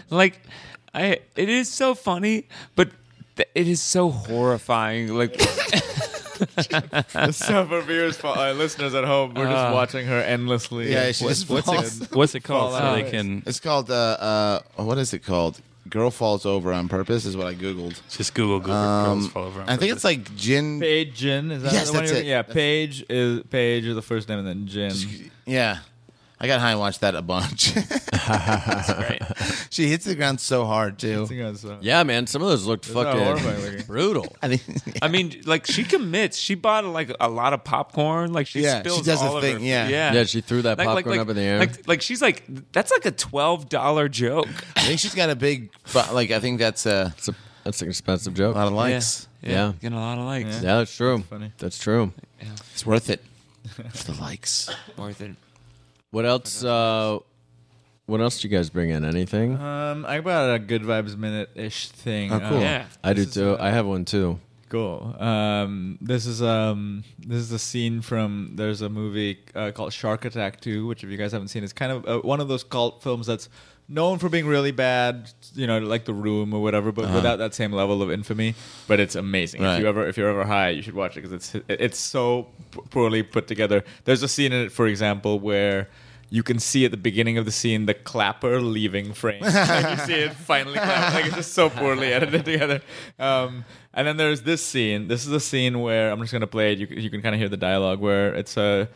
Like, I. It is so funny, but th- it is so horrifying. Like, so for viewers, for our listeners at home, we're just watching her endlessly. Uh, Yeah, she just falls. What's it called? Fall So they out. can It's called uh, uh what is it called? Girl falls over on purpose is what I googled. just Google Google girls fall over. on Um, I think it's purpose. like gin. Paige Jin is that Yes, the one that's you're, it. Yeah, Paige is Paige is the first name, and then Jin. Yeah, I got high and watched that a bunch. Right. she hits the ground so hard too. Yeah, man. Some of those looked not uh, Oh, horrifying fucking looking. brutal. I think I mean, like she commits. She bought like a lot of popcorn. Like she Yeah, spills she does the all of thing, her- yeah. yeah. Yeah, she threw that popcorn up in the air. Like, like she's like that's like a twelve dollar joke. I think she's got a big, but like I think that's a, That's, uh, a, that's an expensive a lot joke. of likes. Yeah. getting a lot of likes. Yeah, that's true. That's, funny. true. It's worth it. For the likes. Worth it. What else? Uh, what else do you guys bring in? Anything? Um, I brought a good vibes minute ish thing. Oh, cool. Uh, Yeah. I do too. I have one too. Cool. Um, this is um, this is a scene from there's a movie uh, called Shark Attack 2, which if you guys haven't seen, it's kind of uh, one of those cult films that's known for being really bad, you know, like The Room or whatever, but without that same level of infamy. But it's amazing. Right. If you ever if you're ever high, you should watch it because it's it's so p- poorly put together. There's a scene in it, for example, where. You can see at the beginning of the scene the clapper leaving frame. and you see it finally clap. Like it's just so poorly edited together. Um, and then there's this scene. This is a scene where I'm just gonna play it. You, you can kind of hear the dialogue where it's a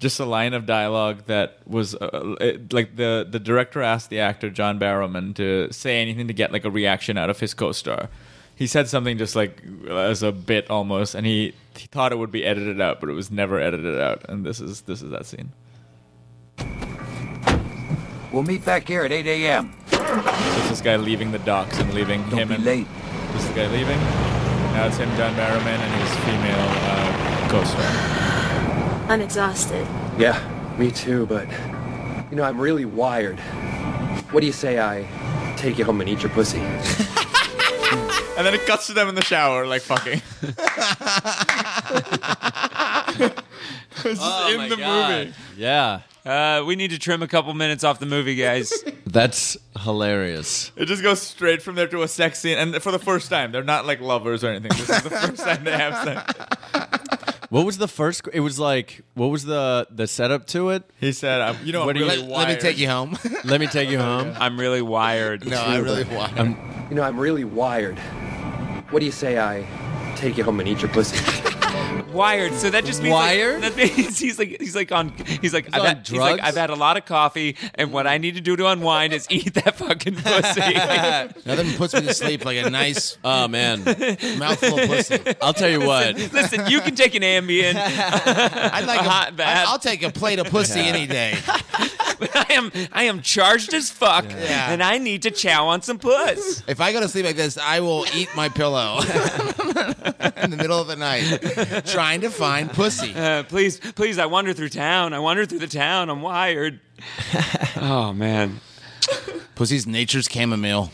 just a line of dialogue that was uh, it, like the the director asked the actor John Barrowman to say anything to get like a reaction out of his co-star. He said something just like as a bit almost, and he, he thought it would be edited out, but it was never edited out. And this is this is that scene. We'll meet back here at 8 a.m. So it's this guy leaving the docks and leaving Don't him be and late. this is the guy leaving. Now it's him, John Barrowman, and his female uh, co-star. I'm exhausted. Yeah, me too, but you know, I'm really wired. What do you say I take you home and eat your pussy? And then it cuts to them in the shower, like fucking. Oh in the movie. Yeah, Uh, we need to trim a couple minutes off the movie, guys. that's hilarious. It just goes straight from there to a sex scene, and for the first time, they're not like lovers or anything. This is the first time they have sex. What was the first? It was like what was the the setup to it? He said, I'm, "You know, What what do I'm you- really Let, let me take you home. Let me take you home. I'm really wired. no, I really want. You know, I'm really wired. What do you say I take you home and eat your pussy? Wired. So that just means like- Wired? that means he's like he's like on he's like, I've, on had, he's like drugs? I've had a lot of coffee, and what I need to do to unwind is eat that fucking pussy. Nothing puts me to sleep like a nice Oh man, mouthful of pussy. I'll tell you what. Listen, you can take an Ambien. I'd like a, hot bath. I, will take a plate of pussy any day. I am I am charged as fuck, Yeah. and I need to chow on some puss. If I go to sleep like this, I will eat my pillow in the middle of the night, trying to find pussy. Uh, please, please, I wander through town. I wander through the town. I'm wired. oh man, Pussy's nature's chamomile.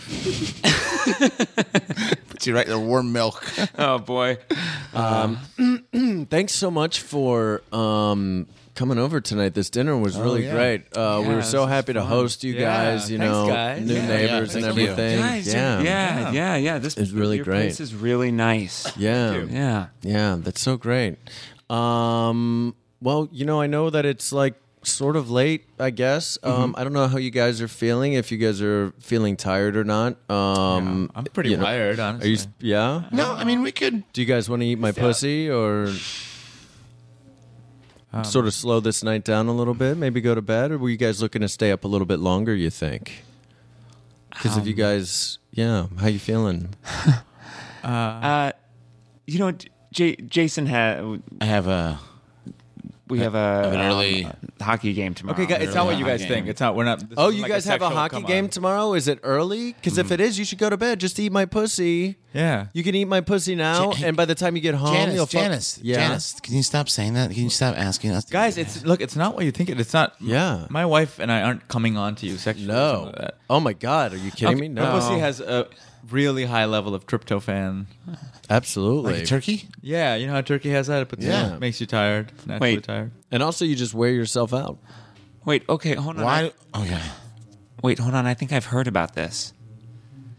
Puts you right in the warm milk. oh boy. Thanks so much for um, coming over tonight. This dinner was really Oh, yeah. great. Uh, we Yeah, were so this is happy to host you guys. Yeah. You Thanks, know, guys. new Yeah, neighbors yeah. and Thank you. everything. Guys, yeah. yeah, yeah, yeah. This It's really your great. Place is really nice. yeah, yeah, Yeah. That's so great. Um, well, you know, I know that it's like sort of late. I guess um, Mm-hmm. I don't know how you guys are feeling. If you guys are feeling tired or not. Um, I'm pretty you know, wired, Are honestly. you? s- Yeah. No, I mean we could. Do you guys want to eat my pussy or Um, sort of slow this night down a little bit? Maybe go to bed, or were you guys looking to stay up a little bit longer? You think? Because if you Um, guys, yeah, how you feeling? Uh, you know, J- Jason had I have a. we have a an um, early- hockey game tomorrow. Okay, guys, it's not what you guys think. It's not. We're not. this Oh, isn't you like guys have a sexual hockey come game on. tomorrow? Is it early? Because Mm-hmm. if it is, you should go to bed. Just eat my pussy. yeah. You can eat my pussy now, Jan- and by the time you get home, Janice, you'll fu- Janice, yeah. Janice, can you stop saying that? Can you stop asking us? Guys, it's look. It's not what you think. it- It's not. Yeah. My wife and I aren't coming on to you sexually. or No. something like that. Oh my God, are you kidding me? No. My pussy has a really high level of tryptophan. Absolutely. like a turkey. Yeah, you know how turkey has that. It puts Yeah. it makes you tired, naturally Wait. tired. and also, you just wear yourself out. Wait, okay, hold on. Why? Oh, I- Okay. wait, hold on. I think I've heard about this.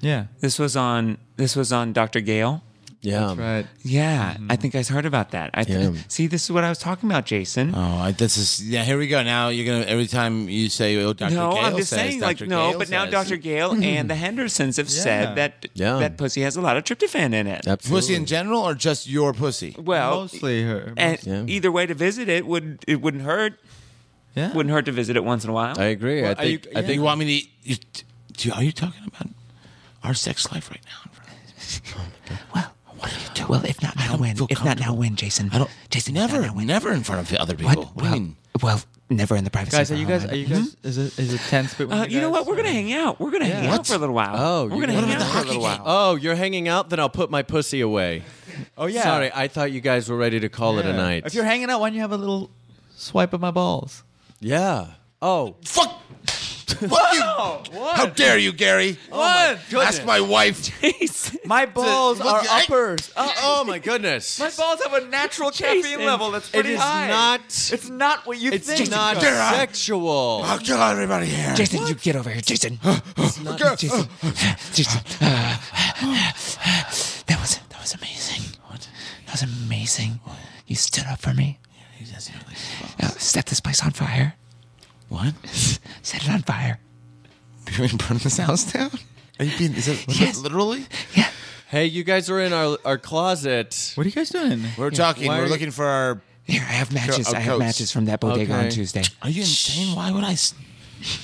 Yeah, This was on this was on Dr. Gale. Yeah. right. Yeah, I think I heard about that. I th- Yeah. see. This is what I was talking about, Jason. Uh, Oh, I, this is yeah. Here we go. Now you're gonna every time you say oh, Dr. no, Gale I'm just says, saying, Dr. like, no, Gale but now says. Dr. Gale and the Hendersons have Yeah. said that Yeah. that pussy has a lot of tryptophan in it. Absolutely. Pussy in general or just your pussy? Well, mostly her. and Yeah. either way to visit it would it wouldn't hurt. Yeah. Wouldn't hurt to visit it once in a while. I agree. I Well, are think. you- I think. you want me to. You, do, are you talking about our sex life right now? Well, if not now, when? If not now, when, Jason? I don't, Jason, never, never in front of other people. What? Well, well, never in the privacy. Guys, of are you our guys? own Are you home. guys? Is it is it tense? But Uh, you know what? We're gonna hang out. We're gonna hang out for a little while. Oh, we're gonna hang out for a little while. Oh, you're hanging out? Then I'll put my pussy away. Oh yeah. Sorry, I thought you guys were ready to call it a night. If you're hanging out, why don't you have a little swipe of my balls? yeah. Oh. Fuck. Fuck you! How dare you, Gary? What? Oh Ask my wife. My balls Look, are I- uppers. Oh, oh my goodness. My balls have a natural caffeine level that's it pretty is high. not. It's not what you think. It's not Dare I? sexual. I'll kill everybody here. Jason, you get over here, Jason. Jason, Jason. that was that was amazing. That was amazing. You stood up for me. Uh, set this place on fire. What? Set it on fire. You mean burn this house down? Are you being? Is that was that Yes. literally? Hey, you guys are in our our closet. What are you guys doing? We're talking. Why We're are you- looking for our. Here, I have matches. Sure, I of have coats. matches from that bodega Okay. on Tuesday. Are you insane? Why would I? s-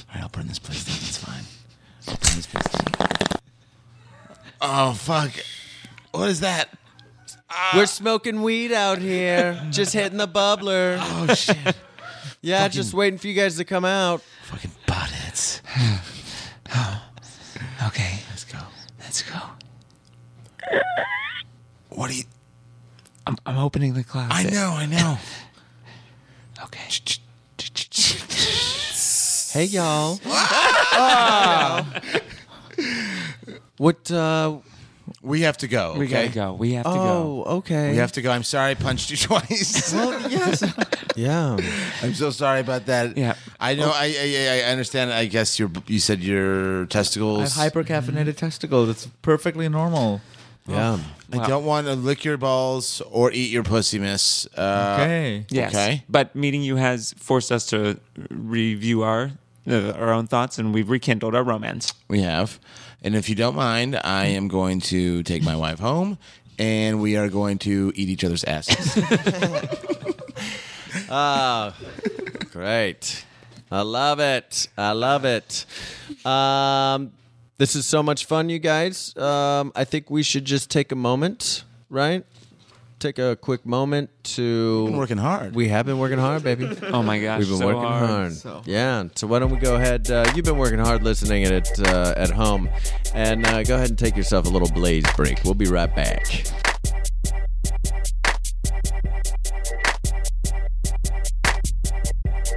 All right, I'll burn this place down. It's fine. I'll burn this place down. Oh fuck! What is that? We're smoking weed out here, just hitting the bubbler. Oh shit! Yeah, just waiting for you guys to come out. Fucking buttheads. Okay, Let's go. let's go. What do you? I'm, I'm opening the closet. I know. I know. Okay. Hey, y'all. what? Uh, We have to go. Okay? We gotta go. We have to go. oh, okay. We have to go. I'm sorry. I punched you twice. yes. yeah. I'm so sorry about that. Yeah. I know. I, I I- I understand. I guess your you said your I have testicles. hypercaffeinated testicles. It's perfectly normal. Yeah. I don't want to lick your balls or eat your pussy, miss. Uh, Okay. Yes. Okay. But meeting you has forced us to review our uh, our own thoughts, and we've rekindled our romance. We have. And if you don't mind, I am going to take my wife home and we are going to eat each other's asses. Great. I love it. I love it. Um, this is so much fun, you guys. Um, I think we should just take a moment, right? Take a quick moment to. been working hard. We have been working hard, baby. Oh my gosh, We've been so working hard. Yeah. So why don't we go ahead? Uh, you've been working hard listening at it uh, at home, and uh, go ahead and take yourself a little blaze break. We'll be right back.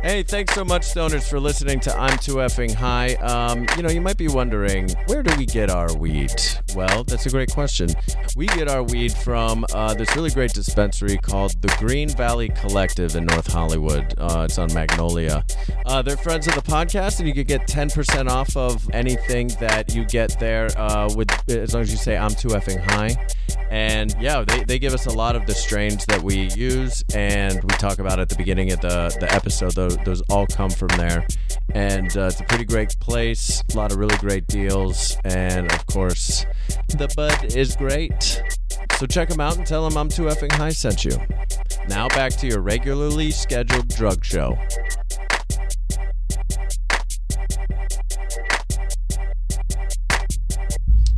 Hey, thanks so much, stoners, for listening to I'm Too Effing High. Um, you know, you might be wondering, where do we get our weed? Well, that's a great question. We get our weed from uh, this really great dispensary called the Green Valley Collective in North Hollywood. Uh, it's on Magnolia. Uh, they're friends of the podcast, and you could get 10% off of anything that you get there uh, with as long as you say I'm Too Effing High. And yeah, they, they give us a lot of the strains that we use and we talk about at the beginning of the, the episode. Those, those all come from there. And uh, it's a pretty great place, a lot of really great deals. And of course, the bud is great. So check them out and tell them I'm too effing high sent you. Now back to your regularly scheduled drug show.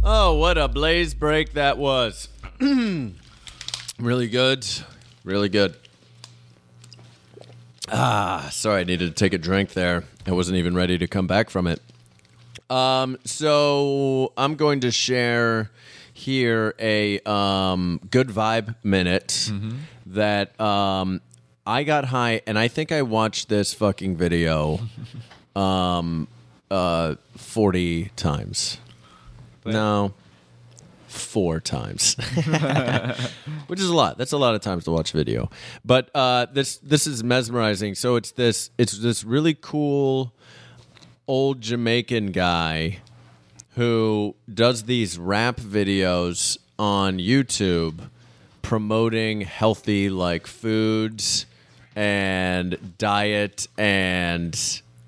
Oh, what a blaze break that was. really good. Really good. Ah, sorry, I needed to take a drink there. I wasn't even ready to come back from it. Um, so I'm going to share here a um, good vibe minute that um, I got high, and I think I watched this fucking video um, uh, 40 times. No. Four times, which is a lot. That's a lot of times to watch video. But uh, this this is mesmerizing. So it's this it's this really cool old Jamaican guy who does these rap videos on YouTube promoting healthy like foods and diet and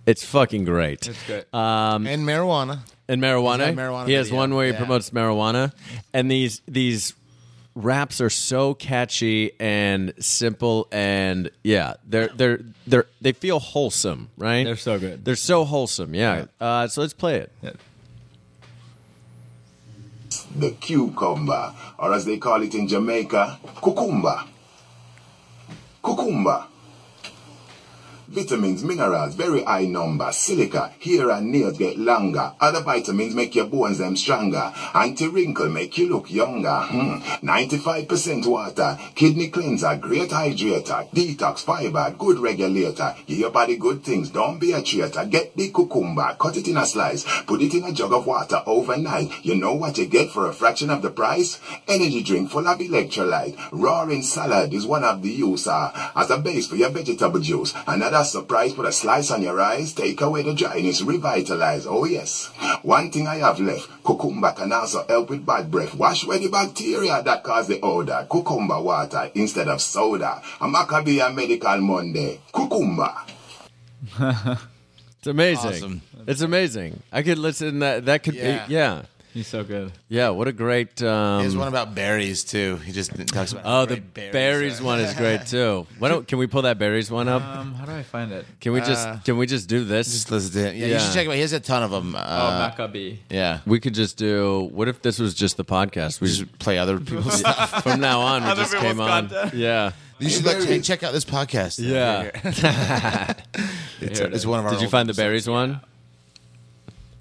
it's fucking great. and marijuana. And marijuana. He's got marijuana He has video. one where he Yeah. promotes marijuana, and these these raps are so catchy and simple and yeah, they're they're they're they feel wholesome, right? They're so good. They're so wholesome, yeah. Uh, so let's play it. the cucumber, or as they call it in Jamaica, cucumba. Cucumba. Vitamins, minerals, very high number, silica, hair and nails get longer. Other vitamins make your bones them stronger. Anti-wrinkle make you look younger. Hmm. 95% water, kidney cleanser, great hydrator, detox, fiber, good regulator. Give your body good things, don't be a traitor. Get the cucumber, cut it in a slice, put it in a jug of water overnight. You know what you get for a fraction of the price? Energy drink full of electrolyte. Roaring salad is one of the use uh, as a base for your vegetable juice. Another surprise, put a slice on your eyes, take away the dryness, revitalize. Oh yes. One thing I have left, cucumber can also help with bad breath. Wash away the bacteria that cause the odor. Cucumber water instead of soda. A Maccabee and Medical Monday. Cucumber. It's amazing. Awesome. It's amazing. I could listen that that could Yeah. be yeah. He's so good. Yeah, what a great um There's one about berries too. He just talks about. Oh, the berries, one is great too. Why don't can we pull that berries one up? Um, how do I find it? Can we just Uh, can we just do this? Just listen to it. Yeah, you should check him out. He has a ton of them. Oh, Oh, Uh, Maccabee. Yeah. We could just do. What if this was just the podcast? We just play other people's stuff. From now on, we Other just came people's on. content. Yeah. You should like, hey, check out this podcast. Yeah. it's, it's one of our. Did you old find the berries one?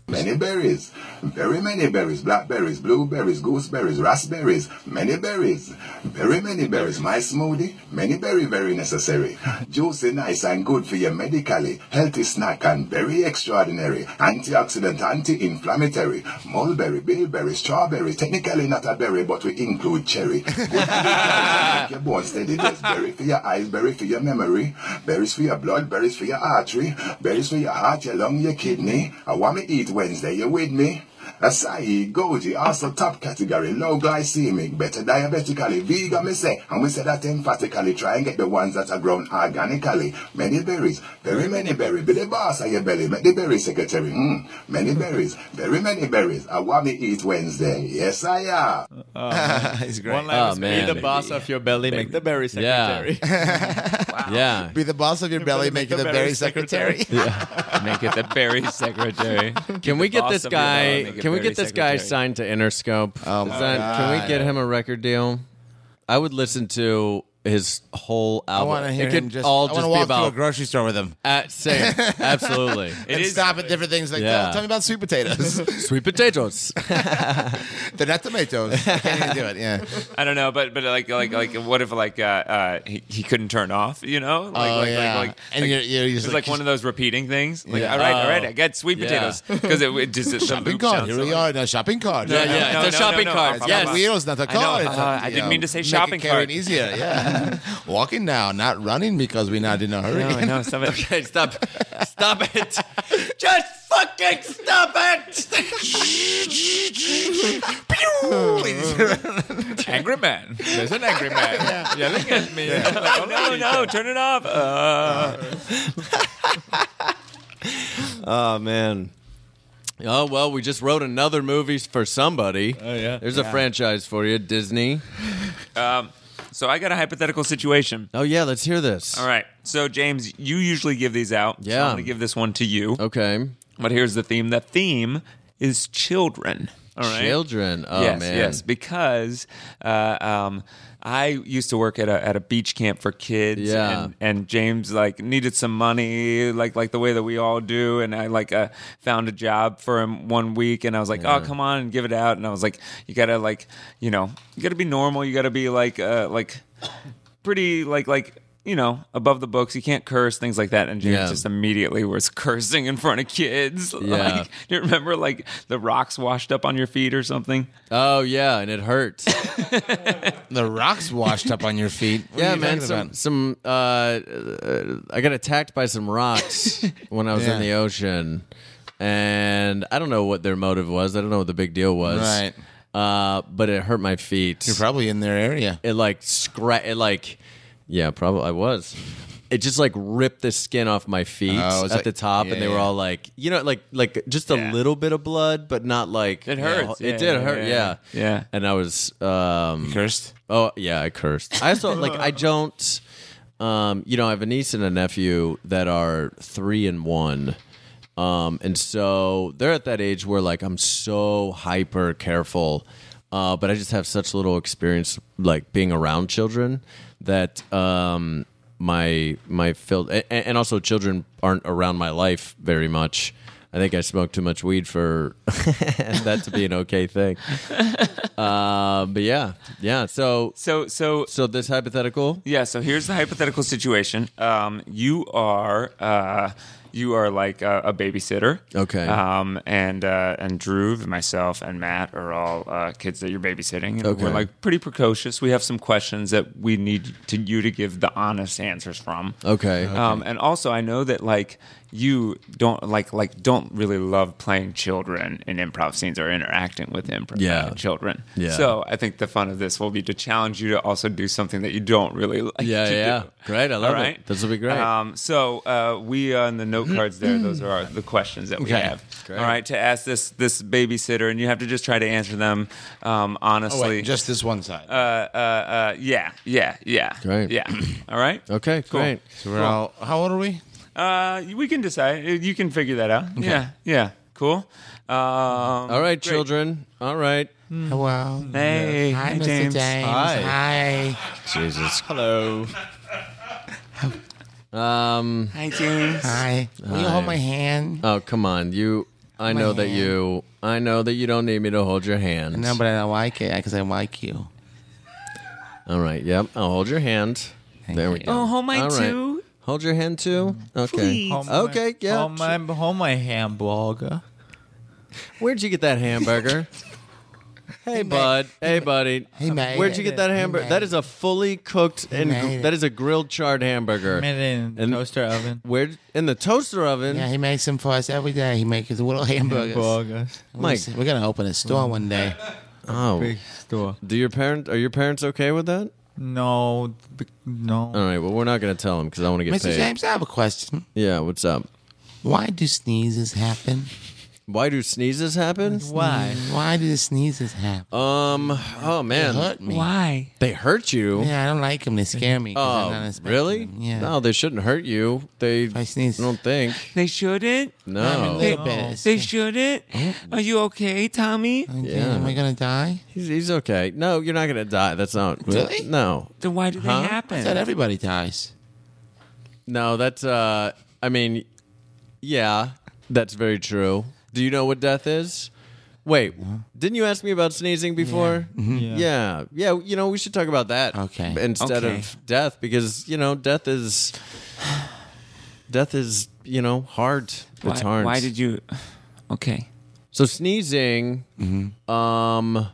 Many berries, very many berries, blackberries, blueberries, gooseberries, raspberries, many berries, very many berries. My smoothie, many berry, very necessary. Juicy, nice and good for you medically. Healthy snack and very extraordinary. Antioxidant, anti-inflammatory. Mulberry, bilberry, strawberry. Technically not a berry, but we include cherry. Make your bones steady. There's berry for your eyes, berry for your memory, berries for your blood, berries for your artery, berries for your heart, your lung, your kidney. I want me eat Wednesday. You with me? Asahi, goji, also top category, low glycemic, better diabetically, vegan, me say, and we say that emphatically, try and get the ones that are grown organically. Many berries, very many berries, be the boss of your belly, make the berry secretary, mm, many berries, very many berries, I want me eat Wednesday, yes I am. He's great. One Oh, line was man. be the boss of your belly, make the berry Yeah. secretary. Yeah. Be the boss of your belly, make make you the the berry berry secretary. Make it the berry secretary. Can we get this guy? Can we get this guy signed signed? to Interscope? Oh my Can we God. get him a record deal? I would listen to his whole I album. want to hear it could him just. all I just want to be walk through a about. grocery store with him. Uh, same. Absolutely. It and is- stop at different things like Yeah. tell, tell me about sweet potatoes. Sweet potatoes. They're not tomatoes. I can't even do it. Yeah. I don't know, but but like like like what if like uh, uh he, he couldn't turn off, you know? Like Oh, like, yeah. like like And like, you're- you're just it's like, like- one of those repeating things. Like Yeah. all right, all right, Oh. I got sweet Yeah. potatoes because it, it just the Shopping loop cart. sounds Here so we like- are. No shopping cart. Yeah, yeah. no, They're no, shopping no, no, cards. I'm yes. Not wheels, not a I know. car. It's Uh, not, I you didn't know, mean to say make shopping it carry cart. it easier. Yeah. Walking now, not running because we're not in a hurry. Oh, No, I know some of Okay, stop. Stop it. Just fucking stop it. angry man. There's an angry man yelling at me. Oh, no, no, turn it off. Uh, Oh man. Oh well, we just wrote another movie for somebody. Oh, yeah. There's a franchise for you, Disney. so I got a hypothetical situation. Oh yeah, let's hear this. All right. So James, you usually give these out. so Yeah. I'm gonna give this one to you. Okay. But here's the theme. The theme is children. All right. Children. Oh yes, man. yes, because uh, um, I used to work at a at a beach camp for kids, Yeah. and, and James like needed some money, like like the way that we all do, and I like uh, found a job for him one week, and I was like, oh come on and give it out, and I was like, you gotta like you know you gotta be normal, you gotta be like uh, like pretty like like you know above the books you can't curse things like that and james Yeah. just immediately was cursing in front of kids Yeah. like do you remember like the rocks washed up on your feet or something Oh yeah, and it hurts. The rocks washed up on your feet. What are yeah, you man. talking Some about? some uh, uh, I got attacked by some rocks when I was Yeah. in the ocean. And I don't know what their motive was. I don't know what the big deal was. Right. Uh, but it hurt my feet. You're probably in their area. it like scra- it like yeah probably i was it just like ripped the skin off my feet Oh, it's at like- the top, yeah, and they were yeah. all like, you know, like like just a little bit of blood, but not like It you know, hurts. Yeah, it did yeah, hurt, yeah, yeah. yeah. and I was um, cursed. Oh yeah, I cursed. I also like I don't. Um, you know, I have a niece and a nephew that are three and one. Um, and so they're at that age where like I'm so hyper careful. Uh, but I just have such little experience like being around children that um my my filled and, and also children aren't around my life very much. I think I smoked too much weed for that to be an okay thing. Um, but yeah, yeah. So so so so this hypothetical. Yeah. So here's the hypothetical situation. Um, you are uh, you are like a, a babysitter. Okay. Um, and uh, and Drew, and myself, and Matt are all uh, kids that you're babysitting. And Okay. We're like pretty precocious. We have some questions that we need to you to give the honest answers from. Okay. Um, and also, I know that like you don't like like don't really love playing children in improv scenes or interacting with improv Yeah. children. Yeah. So I think the fun of this will be to challenge you to also do something that you don't really like. Yeah, to yeah. do. Great, I love All it. This will be great. Um, so uh, we on the note cards there. Those are our, the questions that we Okay. have. Great. All right, to ask this this babysitter, and you have to just try to answer them um, Oh, honestly. just this one side. uh, uh, uh, yeah, yeah, yeah, Great. yeah. All right. Okay, Cool. great. So we're all. How old are we? Uh, we can decide. You can figure that out. Yeah, yeah. Cool. Um, all right, children. All right. Hello. Hey, Mm-hmm. Hi, hey, Mr. James. James. Hi. Jesus. Hello. Um. Hi, James. Hi. Will you hold my hand? Oh, come on, you. I my know that hand. you. I know that you don't need me to hold your hand. No, but I don't like it because I like you. All right. Yep. I'll hold your hand. there we go. Oh, hold mine All right. too. Hold your hand too. Okay. Please. Hold my- okay. Yeah. hold my- hold my hamburger. Where'd you get that hamburger? Hey, bud. Hey, buddy. Hey, mate. Where'd you get that hamburger? Hey, That is a fully cooked and made gr- it. that is a grilled charred hamburger. Made it in the toaster oven. Where in the toaster oven? Yeah, he makes them for us every day. He makes little hamburgers. Hamburgers. We're Mike. s- we're gonna open a Mm. store one day. Oh. Big store. Do your parent are your parents okay with that? No, b- no. All right. Well, we're not going to tell them because I want to get Mr. paid. James, I have a question. Yeah. What's up? Why do sneezes happen? Why do sneezes happen? Why? mm, Why do the sneezes happen? Um. Oh man. hurt me. Why? They hurt you. Yeah, I don't like them. They scare me. 'cause I'm not Oh, expecting really? them. Yeah. No, they shouldn't hurt you. They. I sneeze. I don't think. They shouldn't. No. I'm a little bit. They shouldn't. Are you okay, Tommy? Yeah. Am I gonna die? He's, he's okay. No, you're not gonna die. That's not Really? No. Then why do they Huh? happen? I thought everybody dies. No, that's. Uh. I mean, yeah, that's very true. Do you know what death is? Wait, didn't you ask me about sneezing before? Mm-hmm. Mhm. Yeah. yeah, You know, we should talk about that. Okay. Instead Okay. of death, because you know, death is. Death is you know hard. Why- it's hard. why did you? Okay. So sneezing, Mm-hmm. um,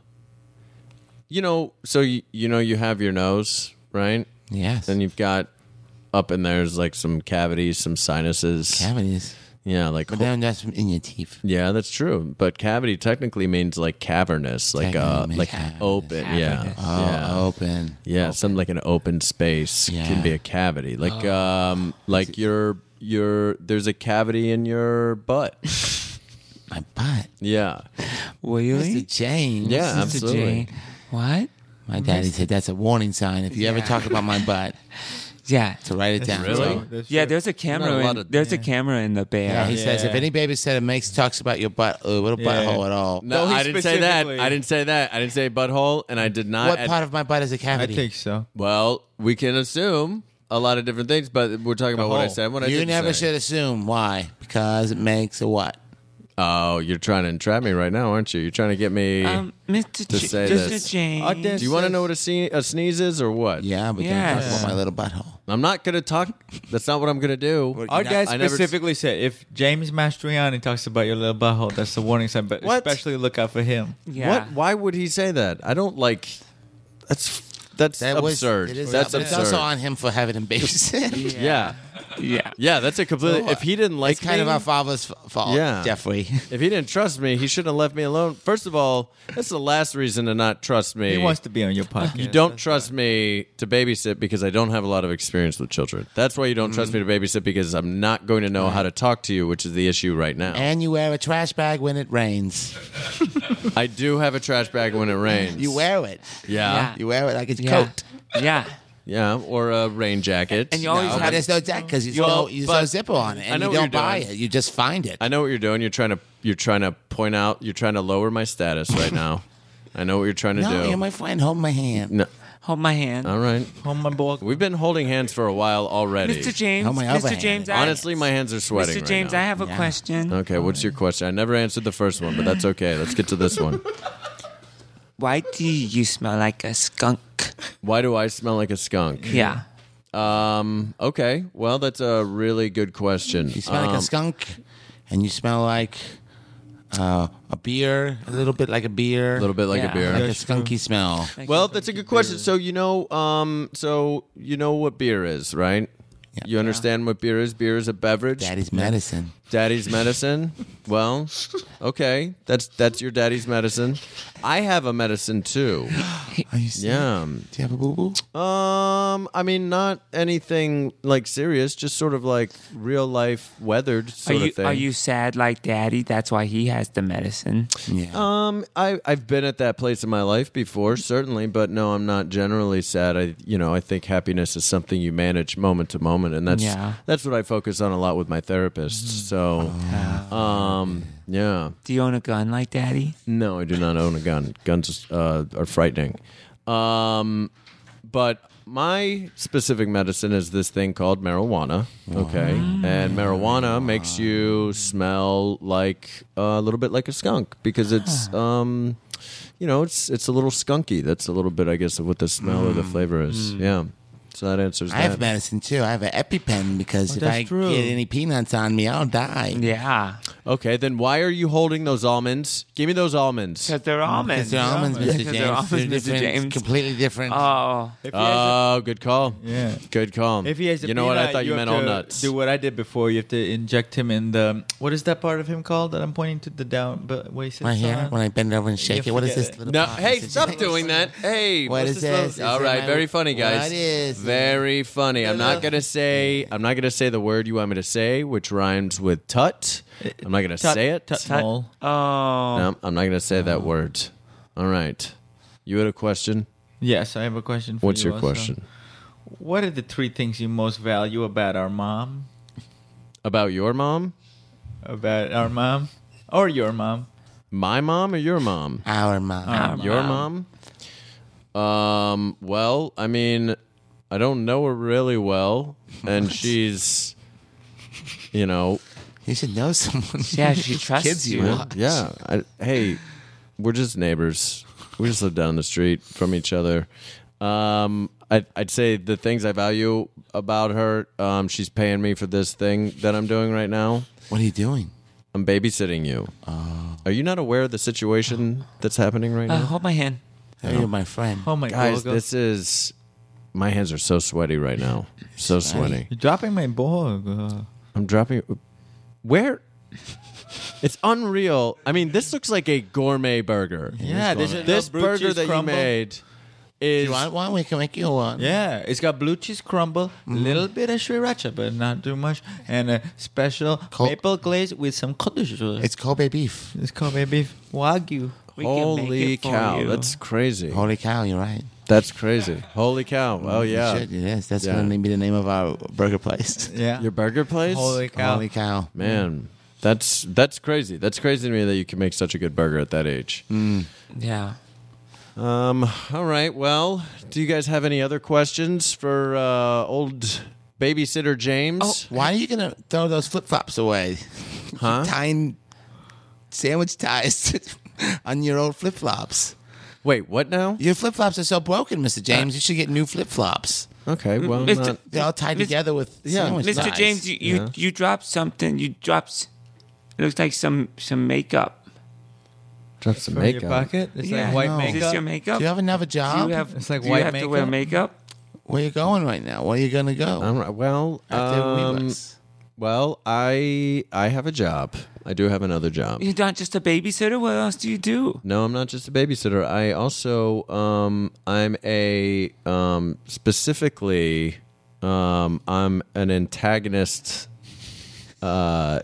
you know, so you, you know you have your nose, right? Yes. And you've got up in there's like some cavities, some sinuses. Cavities. Yeah, like But then that's in your teeth. yeah, that's true. But cavity technically means like cavernous, like uh, Cavernous. like open. Yeah, Oh, yeah. open. Yeah, some like an open space can be a cavity. Like Oh. um like your your there's a cavity in your butt. My butt. Yeah. Really? Mr. James. Yeah, Mr. absolutely. Mm-hmm. Jane. What? My daddy said that's a warning sign. If you ever Yeah. talk about my butt, yeah, to write it down. So- yeah, there's Not a a camera. lot in, there's a camera in the bear. Yeah, he says if any babysitter makes talks about your butt, uh, what a butthole at all. No, I didn't say that. I didn't say that. I didn't say butthole, and I did not. What part of my butt is a cavity? so. Well, we can assume a lot of different things, but we're talking about what I hole. said. What I You didn't never say. should assume. Why? Because it makes a what? Oh, you're trying to entrap me right now, aren't you? You're trying to get me Um, Mr. to J- say Mr. this. James. I did Do you want to say- know what a, sne- a sneeze is or what? Yeah, but don't talk Yes. about my little butthole. I'm not gonna talk. That's not what I'm gonna do. Our I guy never- specifically said if James Mastroianni talks about your little butthole, that's the warning sign. But What? especially look out for him. What? Why would he say that? I don't like. That's that's That was- absurd. it is that's absurd. It's absurd. also on him for having him babysit. Yeah. Yeah. Yeah, that's a completely. So, if he didn't like it's kind me- of our father's f- fault, yeah, definitely. if he didn't trust me, he shouldn't have left me alone. First of all, that's the last reason to not trust me. He wants to be on your podcast. You don't trust me to babysit because I don't have a lot of experience with children. That's why you don't trust me to Mm-hmm. babysit because I'm not going to know how to talk to you, which is the issue right now. And you wear a trash bag when it rains. I do have a trash bag when it rains. You wear it. Yeah. Yeah. You wear it like it's Yeah. coat. Yeah. Yeah, or a rain jacket. And you always No. have- There's no jacket 'cause you Well, throw- you throw but zipper on it and I know you what you're don't buy doing. it. You just find it. I know what you're doing. You're trying to you're trying to point out. You're trying to lower my status right now. I know what you're trying to no, do. you're my friend. Hold my hand. No. Hold my hand. All right. Hold my boy. We've been holding hands for a while already. Mr. James, Hold my other Mr. hand. James, I- Honestly, my hands are sweating. Mr. right James, now. I have a Yeah. question. Okay, what's your question? I never answered the first one, but that's okay. Let's get to this one. Why do you smell like a skunk? Why do I smell like a skunk? Yeah. Um. Okay. Well, that's a really good question. Um, You smell like a skunk, and you smell like uh, a beer, a little bit like a beer, a little bit like a Yeah. beer. like That's a skunky smell. Well, that's a good question. So you know, um, so you know what beer is, right? You understand what beer is? Beer is a beverage. Daddy's medicine. Daddy's medicine. well, okay, that's that's your daddy's medicine. I have a medicine too. yeah. Do you have a boo boo? Um, I mean, not anything like serious, just sort of like real life weathered Are sort you of thing. are you sad like Daddy? That's why he has the medicine. Yeah. Um, I I've been at that place in my life before, certainly, but no, I'm not generally sad. I you know I think happiness is something you manage moment to moment, and that's Yeah. that's what I focus on a lot with my therapist. So, um, yeah. Do you own a gun like Daddy? No, I do not own a gun. Guns uh, are frightening. Um, but my specific medicine is this thing called marijuana. Okay. And marijuana makes you smell like a little bit like a skunk because it's, um, you know, it's it's a little skunky. That's a little bit, I guess, of what the smell or the flavor is. Yeah. So that answers Mm. I have that. medicine too. I have an EpiPen because Oh, if that's I true. get any peanuts on me, I'll die. Yeah. Okay, then why are you holding those almonds? Give me those almonds. Because they're almonds. Because Mm, they're almonds, Mr. Because they're James. almonds, They're Mr. different- James. completely different. Oh. Oh, good call. Yeah. Good call. If he has a you know what? I peanut, thought you, have meant all to nuts. Do what I did before. You have to inject him in the what is that part of him called that I'm pointing to the down but where he sits Right here, on? when I bend over and shake it, You what is uh, forget this it. little No, part? hey, stop doing that. Hey, What what's is little- this? Is All it right, my- very funny, guys. What is it? very funny. I'm not Little- gonna say. I'm not gonna say the word you want me to say, which rhymes with tut. I'm not gonna Tut- say it. tut- small. Oh. No, I'm not gonna say that word. All right. You had a question. Yes, I have a question for What's you your also. question? What are the three things you most value about our mom? About your mom? About our mom? Or your mom? My mom or your mom? Our mom. Uh, Our your mom. Um. Well, I mean, I don't know her really well, and she's, you know, You should know someone. Yeah, she trusts Kids you. you. are. yeah. I, hey, we're just neighbors. We just live down the street from each other. Um, I'd, I'd say the things I value about her. Um, she's paying me for this thing that I'm doing right now. What are you doing? I'm babysitting you. Are you not aware of the situation that's happening right Uh, now? hold my hand. Oh, You're my friend. Oh my Guys, God. this is my hands are so sweaty right now. So sweaty. You're dropping my ball. uh, I'm dropping where it's unreal. I mean, this looks like a gourmet burger. Yeah, there's a this little blue burger cheese that crumble. you made is You want one? We can make you uh, one. Yeah, it's got blue cheese crumble, a Mm-hmm. little bit of sriracha, but not too much, and a special Col- maple glaze with some cottage. It's, It's Kobe beef. it's called beef wagyu. We can make holy it for cow. you. That's crazy. Holy cow! You're right. That's crazy. Holy cow. Oh You yeah. should, yes, that's Yeah. gonna be the name of our burger place. Yeah. Your burger place? Holy cow. Holy cow! Man, that's that's crazy. That's crazy to me that you can make such a good burger at that age. Yeah. Um. All right. Well, do you guys have any other questions for uh, old babysitter James? Why are you gonna throw those flip flops away? Huh? Tying sandwich ties on your old flip flops. Wait. What now? Your flip flops are so broken, Mister James. you should get new flip flops. Okay. Well. Mr. not- They're all tied Mis- together with Yeah. sandwich Mr. ties. James, you, you, Yeah. you dropped something. You dropped. s- It looks like some some makeup. Drop some From your makeup. pocket? It's like white No. Is this makeup. your makeup? Do you have another Do job? you have, It's like do you white have to wear makeup? Where you going right now? Where are you gonna go? I'm right, well, After um, Weebucks. well, I I have a job. I do have another job. You're not just a babysitter. What else do you do? No, I'm not just a babysitter. I also um I'm a um specifically um I'm an antagonist uh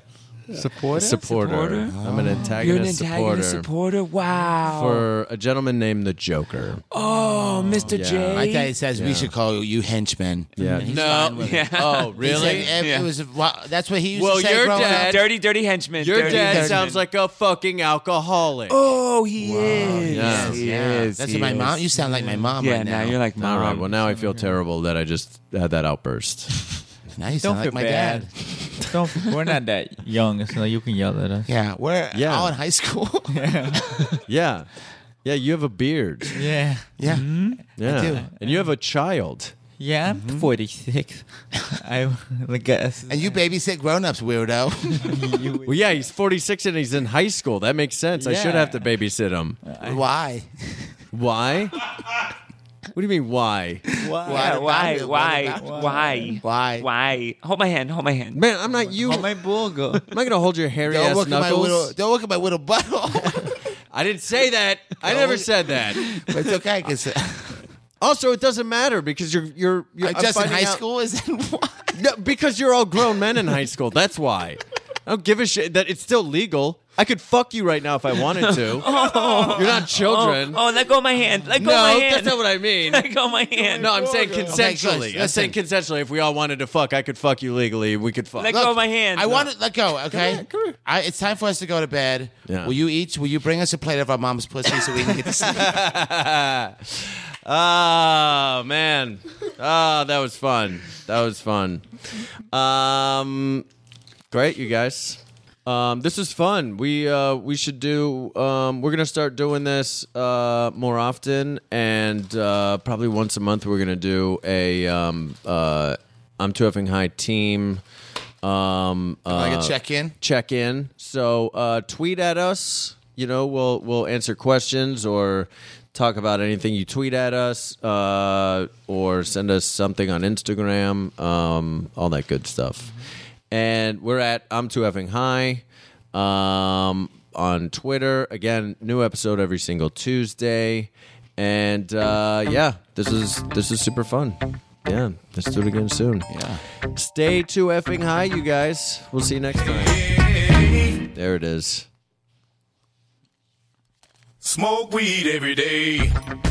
Supporter? supporter. Supporter? I'm an antagonist, You're an antagonist supporter supporter. Oh. Wow. for a gentleman named the Joker. oh, Mr. Yeah. J. I thought he says Yeah. we should call you henchmen. Yeah. He's No. fine with Yeah. it. Oh, He really? said, eh, Yeah. It was. Well, that's what he used Oh, Well, to say. your growing dad- up. Dirty, dirty henchman. Your dirty dad henchman. sounds like a fucking alcoholic. Oh, he is. Yeah. He Yeah. is. That's he what my is. mom. You sound like my mom Yeah, right now now. you're like All mom. right. Well, now I feel terrible that I just had that outburst. now you sound Don't like feel my bad. dad. Don't. We're not that young, so you can yell at us. Yeah, we're Yeah. all in high school. Yeah. Yeah, you have a beard. Yeah. yeah, Yeah. do. And you have a child. Yeah, I'm 46. I like guess. Mm-hmm. and you babysit grown-ups, weirdo. You, Well, yeah, he's 46 and he's in high school. That makes sense. I should Yeah. have to babysit him. Why? Why? What do you mean, why? Yeah, why? Why? Why? Why? Why? Why? Hold my hand. Hold my hand. Man, I'm not you. Oh, Am my bulgo. I going to hold your hairy Don't ass look at my little. knuckles? Don't look at my little butthole. I didn't say that. I never look- said that. but it's okay because Also, it doesn't matter because you're you're, you're I'm just in finding high out- school is that why? No, because you're all grown men in high school. That's why. I don't give a shit that it's still legal. I could fuck you right now if I wanted to. You're not children. Oh, let go of my hand. Let go no, of my hand. that's not what I mean. Let go of my hand. No, I'm saying Okay, consensually. guys, I'm saying consensually. If we all wanted to fuck, I could fuck you legally. We could fuck. Let go of my hand. I want to let go. Okay, here, uh, come here. I, it's time for us to go to bed. Yeah. Will you each? Will you bring us a plate of our mom's pussy so we can get to sleep? oh man, oh that was fun. That was fun. Um, great, you guys. Um, this is fun. We uh, we should do. Um, we're gonna start doing this uh, more often, and uh, probably once a month we're gonna do a. Um, uh, I'm too effing high team. Um, like uh, a check in. check in. So uh, tweet at us. You know, we'll we'll answer questions or talk about anything you tweet at us uh, or send us something on Instagram. Um, all that good stuff. And we're at I'm too effing high um, on Twitter. Again, new episode every single Tuesday. And uh, yeah, this is this is super fun. Yeah, let's do it again soon. Yeah. Stay too effing high, you guys. We'll see you next time. There it is. Smoke weed every day.